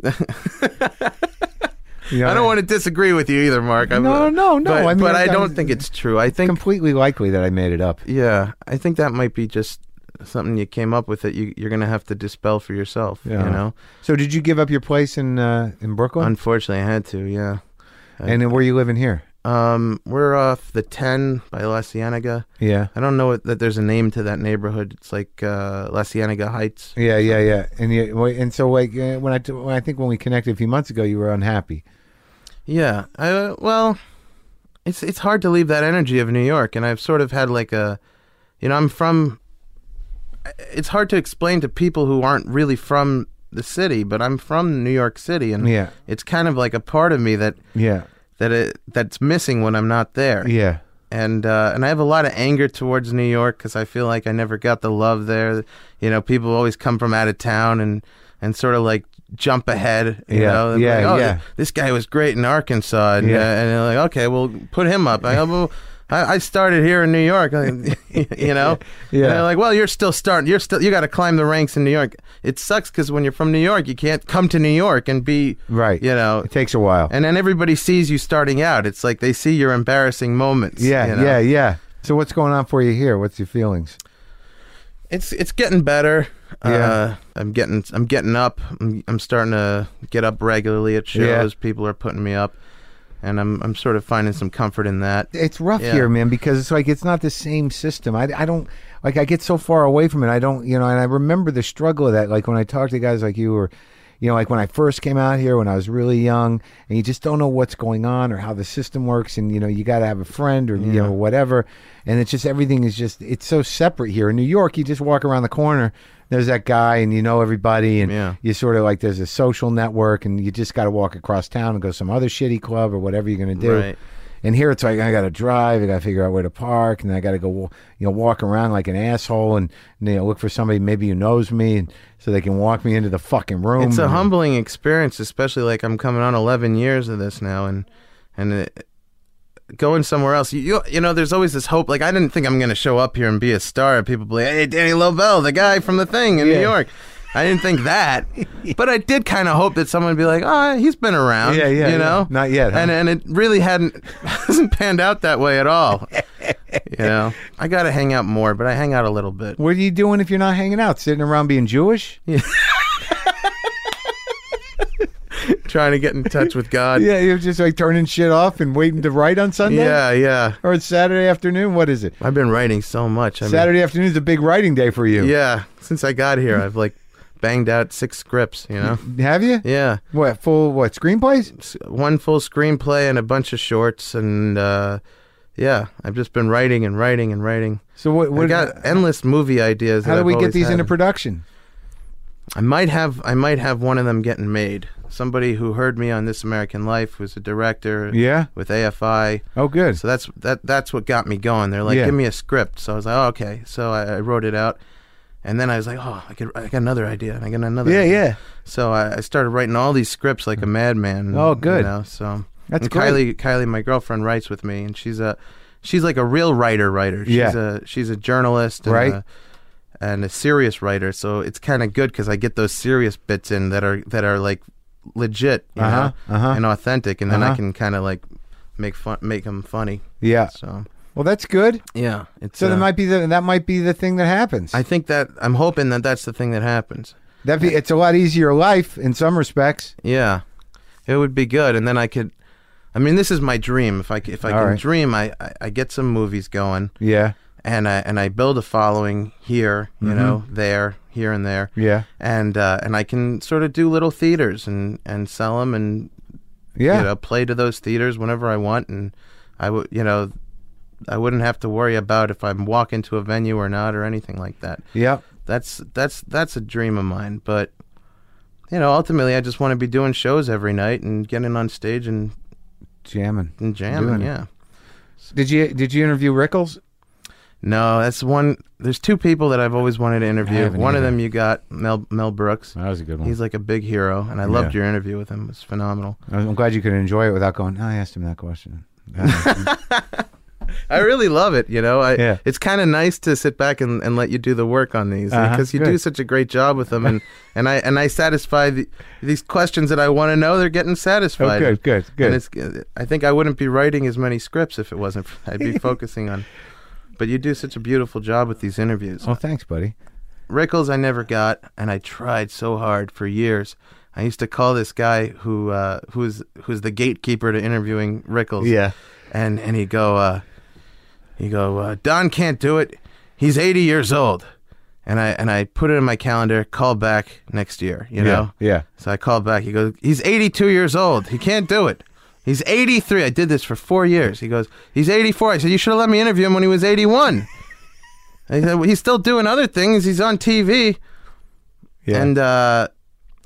Speaker 1: You know,
Speaker 2: I don't want to disagree with you either, Mark. I'm,
Speaker 1: No, no, no,
Speaker 2: But
Speaker 1: I
Speaker 2: I,
Speaker 1: mean,
Speaker 2: but I
Speaker 1: I'm-
Speaker 2: don't think it's true. I think
Speaker 1: completely likely that I made it up.
Speaker 2: yeah, I think that might be just something you came up with that you you're going to have to dispel for yourself.
Speaker 1: Yeah.
Speaker 2: You know,
Speaker 1: So did you give up your place in uh, in Brooklyn?
Speaker 2: unfortunately, I had to. Yeah.
Speaker 1: and then where you living here?
Speaker 2: Um, we're off the ten by La Cienega.
Speaker 1: Yeah.
Speaker 2: I don't know what, that there's a name to that neighborhood. It's like uh, La Cienega Heights.
Speaker 1: Yeah, yeah, yeah. And you, wait, and so like uh, when I t- when I think when we connected a few months ago, you were unhappy.
Speaker 2: Yeah. I, uh, well, it's it's hard to leave that energy of New York, and I've sort of had like a, you know, I'm from. It's hard to explain to people who aren't really from the city, but I'm from New York City, and
Speaker 1: Yeah.
Speaker 2: it's kind of like a part of me that
Speaker 1: Yeah.
Speaker 2: that it, that's missing when I'm not there.
Speaker 1: Yeah.
Speaker 2: and uh, and I have a lot of anger towards New York because I feel like I never got the love there. You know, people always come from out of town and and sort of like jump ahead. You
Speaker 1: Yeah,
Speaker 2: know, and
Speaker 1: yeah,
Speaker 2: like, oh,
Speaker 1: yeah.
Speaker 2: This guy was great in Arkansas, and
Speaker 1: Yeah.
Speaker 2: uh, and they're like, okay, well, put him up. I, well, I I started here in New York, [LAUGHS] like, you know.
Speaker 1: Yeah.
Speaker 2: And they're like, well, you're still starting. You're still you got to climb the ranks in New York. It sucks because when you're from New York, you can't come to New York and be
Speaker 1: Right.
Speaker 2: You know,
Speaker 1: It takes a while.
Speaker 2: and then everybody sees you starting out. It's like they see your embarrassing moments.
Speaker 1: yeah,
Speaker 2: you know?
Speaker 1: yeah, yeah. So what's going on for you here? What's your feelings?
Speaker 2: It's it's getting better.
Speaker 1: Yeah.
Speaker 2: Uh, I'm getting I'm getting up. I'm, I'm starting to get up regularly at
Speaker 1: Yeah.
Speaker 2: shows. People are putting me up, and I'm I'm sort of finding some comfort in that.
Speaker 1: It's rough
Speaker 2: Yeah.
Speaker 1: here, man, because it's like it's not the same system. I, I don't like I get so far away from it. I don't, you know, and I remember the struggle of that. Like when I talk to guys like you, or you know, like when I first came out here when I was really young, and you just don't know what's going on or how the system works, and you know, you got to have a friend or you know whatever, and it's just everything is just it's so separate here in New York. You just walk around the corner. There's that guy, and you know everybody, and
Speaker 2: Yeah.
Speaker 1: you sort of like there's a social network, and you just got to walk across town and go to some other shitty club or whatever you're gonna do.
Speaker 2: Right.
Speaker 1: And here it's like I got to drive, I got to figure out where to park, and I got to go, you know, walk around like an asshole and you know look for somebody maybe who knows me, and so they can walk me into the fucking room.
Speaker 2: It's a
Speaker 1: And-
Speaker 2: humbling experience, especially like I'm coming on 11 years of this now, and and it, going somewhere else. You, you you know, there's always this hope. Like I didn't think I'm gonna show up here and be a star. People be like, hey, Danny Lobel, the guy from the thing in
Speaker 1: Yeah.
Speaker 2: New York. I didn't think
Speaker 1: [LAUGHS]
Speaker 2: that, but I did kind of hope that someone would be like, "Oh, he's been around."
Speaker 1: Yeah, yeah, yeah.
Speaker 2: You know,
Speaker 1: Not yet, huh?
Speaker 2: And and it really hadn't [LAUGHS] hasn't panned out that way at all.
Speaker 1: [LAUGHS]
Speaker 2: you know, I got to hang out more, but I hang out a little bit.
Speaker 1: What are you doing if you're not hanging out, sitting around being Jewish?
Speaker 2: Trying to get in touch with God.
Speaker 1: [LAUGHS] Yeah, you're just like turning shit off and waiting to write on Sunday.
Speaker 2: yeah, yeah.
Speaker 1: or it's Saturday afternoon. What is it?
Speaker 2: I've been writing so much. I mean,
Speaker 1: Saturday afternoon is a big writing day for you.
Speaker 2: Yeah, since I got here, I've like banged out six scripts. You know.
Speaker 1: have you?
Speaker 2: Yeah,
Speaker 1: What full what screenplays?
Speaker 2: S- one full screenplay and a bunch of shorts, and uh, yeah, I've just been writing and writing and writing.
Speaker 1: So what? what uh,
Speaker 2: We got endless movie ideas.
Speaker 1: how
Speaker 2: that
Speaker 1: do we
Speaker 2: I've
Speaker 1: get
Speaker 2: always
Speaker 1: these
Speaker 2: had.
Speaker 1: into production?
Speaker 2: I might have. I might have one of them getting made. Somebody who heard me on This American Life was a director.
Speaker 1: Yeah.
Speaker 2: With AFI.
Speaker 1: Oh, good.
Speaker 2: So that's that. That's what got me going. They're like,
Speaker 1: Yeah.
Speaker 2: "Give me a script." So I was like, oh, "Okay." So I, I wrote it out, and then I was like, "Oh, I could. I got another idea, and I got another."
Speaker 1: Yeah,
Speaker 2: idea.
Speaker 1: yeah.
Speaker 2: So I, I started writing all these scripts like a madman.
Speaker 1: Oh, good.
Speaker 2: You know, so
Speaker 1: That's
Speaker 2: and
Speaker 1: great.
Speaker 2: Kylie. Kylie, my girlfriend, writes with me, and she's a, she's like a real writer. Writer. She's
Speaker 1: Yeah.
Speaker 2: A, she's a journalist. And
Speaker 1: Right.
Speaker 2: A, and a serious writer, so it's kind of good because I get those serious bits in that are that are like legit, you
Speaker 1: Uh-huh,
Speaker 2: know,
Speaker 1: uh-huh.
Speaker 2: and authentic, and then
Speaker 1: Uh-huh.
Speaker 2: I can kind of like make fun, make them funny.
Speaker 1: Yeah.
Speaker 2: So
Speaker 1: Well, that's good.
Speaker 2: yeah, it's
Speaker 1: So
Speaker 2: uh,
Speaker 1: that might be the that might be the thing that happens.
Speaker 2: I think that I'm hoping that that's the thing that happens.
Speaker 1: that be it's a lot easier life in some respects.
Speaker 2: Yeah, it would be good, and then I could. I mean, this is my dream. If I c- if I
Speaker 1: All
Speaker 2: can
Speaker 1: right.
Speaker 2: dream, I, I I get some movies going,
Speaker 1: Yeah,
Speaker 2: and I and I build a following here, you know,
Speaker 1: Mm-hmm.
Speaker 2: there, here and there.
Speaker 1: yeah,
Speaker 2: and uh, and I can sort of do little theaters and and sell them and
Speaker 1: Yeah.
Speaker 2: you know, play to those theaters whenever I want, and I would, you know, I wouldn't have to worry about if I'm walking to a venue or not or anything like that.
Speaker 1: Yep.
Speaker 2: That's that's that's a dream of mine, but you know, ultimately, I just want to be doing shows every night and getting on stage and,
Speaker 1: Jamming.
Speaker 2: and jamming.
Speaker 1: Doing it.
Speaker 2: yeah.
Speaker 1: Did you did you interview Rickles?
Speaker 2: No, that's one. There's two people that I've always wanted to interview.
Speaker 1: haven't
Speaker 2: One of
Speaker 1: either. Oh.
Speaker 2: them you got Mel Mel Brooks.
Speaker 1: was a good
Speaker 2: He's like a big hero, and I loved your interview with him. It was phenomenal.
Speaker 1: I'm glad you could enjoy it without going. I asked him that
Speaker 2: [LAUGHS]
Speaker 1: question. Uh,
Speaker 2: I really love it. You know, I,
Speaker 1: Yeah.
Speaker 2: it's kind of nice to sit back and, and let you do the work on these
Speaker 1: Uh-huh,
Speaker 2: because you
Speaker 1: good.
Speaker 2: do such a great job with them, and, and I and I satisfy the, these questions that I want to know. They're getting
Speaker 1: oh,
Speaker 2: satisfied.
Speaker 1: good, good,
Speaker 2: And
Speaker 1: good.
Speaker 2: it's, I think I wouldn't be writing as many scripts if it wasn't. For, I'd
Speaker 1: [LAUGHS]
Speaker 2: be focusing on. But you do such a beautiful job with these interviews.
Speaker 1: Well, thanks, buddy.
Speaker 2: Rickles I never got, and I tried so hard for years. I used to call this guy who uh, who's who's the gatekeeper to interviewing Rickles. and and he go uh, he go uh, Don can't do it. He's eighty years old, and I and I put it in my calendar. Call back next year. You know.
Speaker 1: yeah.
Speaker 2: So I called back. He goes, he's 82 years old. He can't do it. He's 83. I did this for four years. He goes, he's 84. I said, you should have let me interview him when he was 81. And he said, well, he's still doing other things. He's on TV.
Speaker 1: Yeah.
Speaker 2: And uh,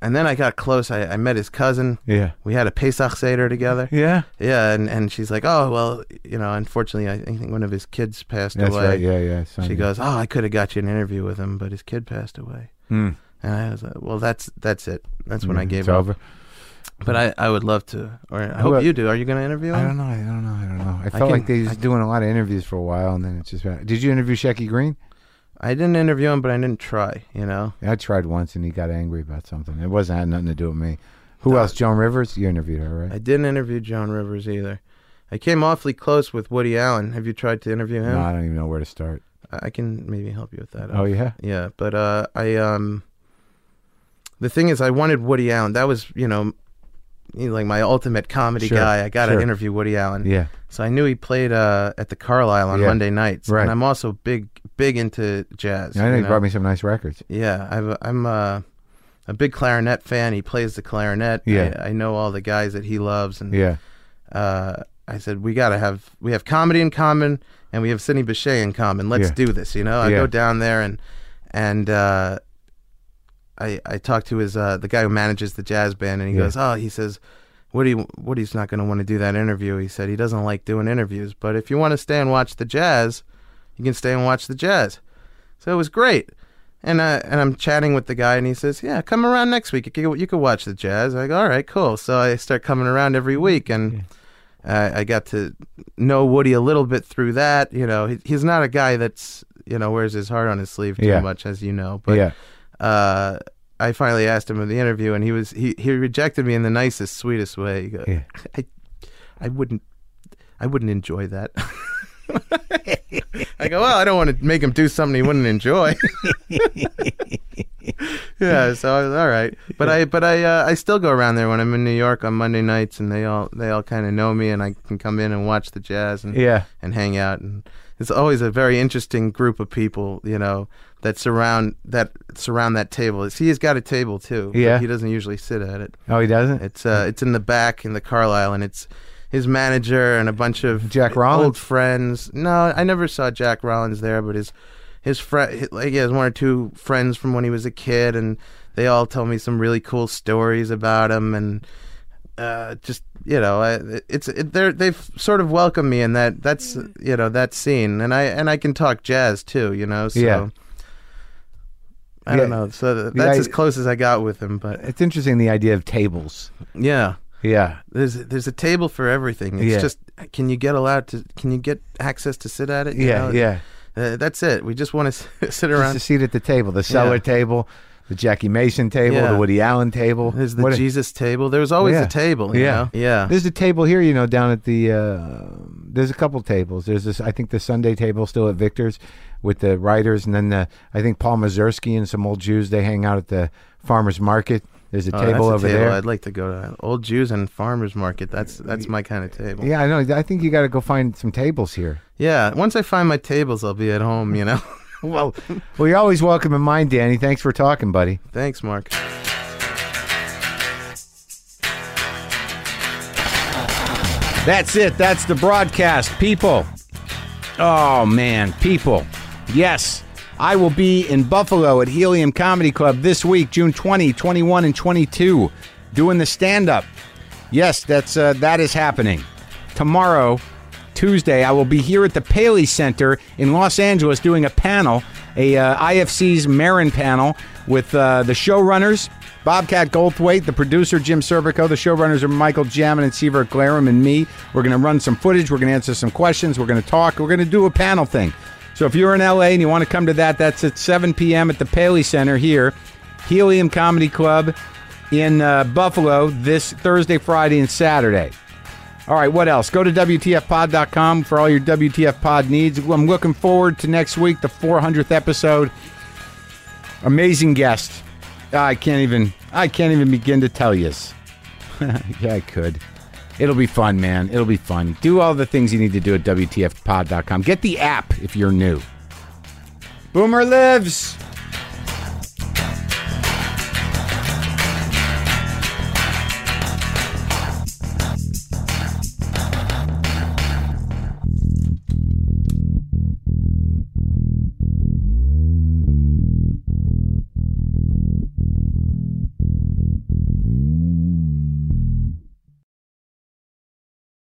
Speaker 2: and then I got close. I, I met his cousin.
Speaker 1: yeah,
Speaker 2: We had a Pesach Seder together.
Speaker 1: yeah.
Speaker 2: Yeah, and, and she's like, oh, well, you know, unfortunately, I think one of his kids passed
Speaker 1: That's
Speaker 2: away.
Speaker 1: right. Yeah, yeah. Son,
Speaker 2: She goes, oh, I could have got you an interview with him, but his kid passed away.
Speaker 1: Hmm.
Speaker 2: And I was like, well, that's that's it. That's when I
Speaker 1: Mm,
Speaker 2: gave
Speaker 1: it's
Speaker 2: up.
Speaker 1: over.
Speaker 2: But I, I would love to, or I hope
Speaker 1: about-
Speaker 2: you do. Are you going to interview him?
Speaker 1: I don't know. I don't know. I don't know. I felt
Speaker 2: can-
Speaker 1: like they
Speaker 2: I
Speaker 1: was doing a lot of interviews for a while, and then it's just. Did you interview Shecky Green?
Speaker 2: I didn't interview him, but I didn't try. You know,
Speaker 1: I tried once, and he got angry about something. It wasn't had nothing to do with me. Who else? Joan Rivers. You interviewed her, right?
Speaker 2: Uh, I didn't interview John Rivers either. I came awfully close with Woody Allen. Have you tried to interview him?
Speaker 1: No, I don't even know where to start.
Speaker 2: I I can maybe help you with that.
Speaker 1: Oh yeah.
Speaker 2: yeah. But uh, I um, the thing is, I wanted Woody Allen. That was you know, you know, like my ultimate comedy
Speaker 1: Sure,
Speaker 2: guy. I got to
Speaker 1: sure.
Speaker 2: interview Woody Allen.
Speaker 1: Yeah.
Speaker 2: So I knew he played uh, at the Carlisle on
Speaker 1: Yeah,
Speaker 2: Monday nights.
Speaker 1: right.
Speaker 2: And I'm also big big into jazz.
Speaker 1: I know
Speaker 2: you
Speaker 1: he
Speaker 2: know?
Speaker 1: brought me some nice records.
Speaker 2: Yeah, I've, I'm a, a big clarinet fan. He plays the clarinet.
Speaker 1: Yeah.
Speaker 2: I, I know all the guys that he loves, and
Speaker 1: Yeah.
Speaker 2: uh, I said we gotta have we have comedy in common, and we have Sidney Bechet in common. Let's
Speaker 1: Yeah.
Speaker 2: do this. You know, I
Speaker 1: Yeah.
Speaker 2: go down there and and uh, I I talk to his uh, the guy who manages the jazz band, and he
Speaker 1: Yeah.
Speaker 2: goes, oh, he says. Woody, Woody's not going to want to do that interview. He said he doesn't like doing interviews, but if you want to stay and watch the jazz, you can stay and watch the jazz. So it was great. And uh, and I'm chatting with the guy, and he says, "Yeah, come around next week. You could, you could watch the jazz." I go, "All right, cool." So I start coming around
Speaker 1: Mm-hmm.
Speaker 2: every week, and I, I got to know Woody a little bit through that. You know, he, he's not a guy that's you know wears his heart on his sleeve too
Speaker 1: Yeah.
Speaker 2: much, as you know. But
Speaker 1: yeah.
Speaker 2: uh, I finally asked him in the interview, and he was he, he rejected me in the nicest, sweetest way. He go,
Speaker 1: Yeah.
Speaker 2: I I wouldn't I wouldn't enjoy that. [LAUGHS] I go, well, I don't want to make him do something he wouldn't enjoy. [LAUGHS] yeah, so I was all right, but I but I uh, I still go around there when I'm in New York on Monday nights, and they all they all kind of know me, and I can come in and watch the jazz and
Speaker 1: Yeah.
Speaker 2: and hang out and it's always a very interesting group of people you know that surround that surround that table he has got a table too but
Speaker 1: Yeah.
Speaker 2: he doesn't usually sit at it
Speaker 1: Oh, he doesn't.
Speaker 2: it's uh it's in the back in the carlisle and it's his manager and a bunch of
Speaker 1: Jack
Speaker 2: old
Speaker 1: Rollins?
Speaker 2: friends no i never saw jack rollins there but his his friend like he has one or two friends from when he was a kid and they all tell me some really cool stories about him and uh, just you know, I, it's it, they're they've sort of welcomed me in that that's you know that scene, and I and I can talk jazz too, you know. So
Speaker 1: Yeah.
Speaker 2: I don't
Speaker 1: Yeah.
Speaker 2: know. So th-
Speaker 1: The
Speaker 2: that's
Speaker 1: i-
Speaker 2: as close as I got with him, but
Speaker 1: It's interesting the idea of tables.
Speaker 2: yeah,
Speaker 1: Yeah.
Speaker 2: there's there's a table for everything. It's
Speaker 1: Yeah.
Speaker 2: just can you get allowed to can you get access to sit at it? you
Speaker 1: Yeah.
Speaker 2: know?
Speaker 1: yeah.
Speaker 2: Uh, that's it. We just want to [LAUGHS] sit
Speaker 1: Just
Speaker 2: around.
Speaker 1: a seat at the table, the cellar
Speaker 2: Yeah.
Speaker 1: table, the Jackie Mason table,
Speaker 2: Yeah.
Speaker 1: the Woody Allen table.
Speaker 2: There's the
Speaker 1: What a-
Speaker 2: Jesus table. There's always
Speaker 1: Yeah.
Speaker 2: a table. you
Speaker 1: Yeah.
Speaker 2: know? yeah.
Speaker 1: There's a table here, you know, down at the. Uh, there's a couple tables. There's this. I think the Sunday table still at Victor's, with the writers, and then the. I think Paul Mazursky and some old Jews. They hang out at the farmers market. There's a
Speaker 2: Oh,
Speaker 1: table
Speaker 2: that's
Speaker 1: over
Speaker 2: a table
Speaker 1: there.
Speaker 2: I'd like to go to old Jews and farmers market. That's that's my kind of table.
Speaker 1: yeah, I know. I think you got to go find some tables here.
Speaker 2: Yeah, once I find my tables, I'll be at home, you know? [LAUGHS] well,
Speaker 1: Well, you're always welcome in mind, Danny. Thanks for talking, buddy.
Speaker 2: thanks, Mark.
Speaker 1: That's it. That's the broadcast. People. Oh, man. People. Yes. I will be in Buffalo at Helium Comedy Club this week, June 20, 21, and 22, doing the stand up. Yes, that's uh, that is happening. Tomorrow, Tuesday, I will be here at the Paley Center in Los Angeles doing a panel, a uh, IFC's Marin panel with uh, the showrunners, Bobcat Goldthwait, the producer Jim Servico. The showrunners are Michael Jamin and Seaver Glarum and me. We're going to run some footage. We're going to answer some questions. We're going to talk. We're going to do a panel thing. So if you're in LA and you want to come to that, that's at 7 p.m. at the Paley Center here, Helium Comedy Club in uh, Buffalo this Thursday, Friday, and Saturday. All right, what else? Go to WTFpod.com for all your WTF pod needs. I'm looking forward to next week, the 400th episode. Amazing guest. I can't even I can't even begin to tell you. [LAUGHS] yeah, I could. It'll be fun, man. It'll be fun. Do all the things you need to do at WTFpod.com. Get the app if you're new. Boomer lives.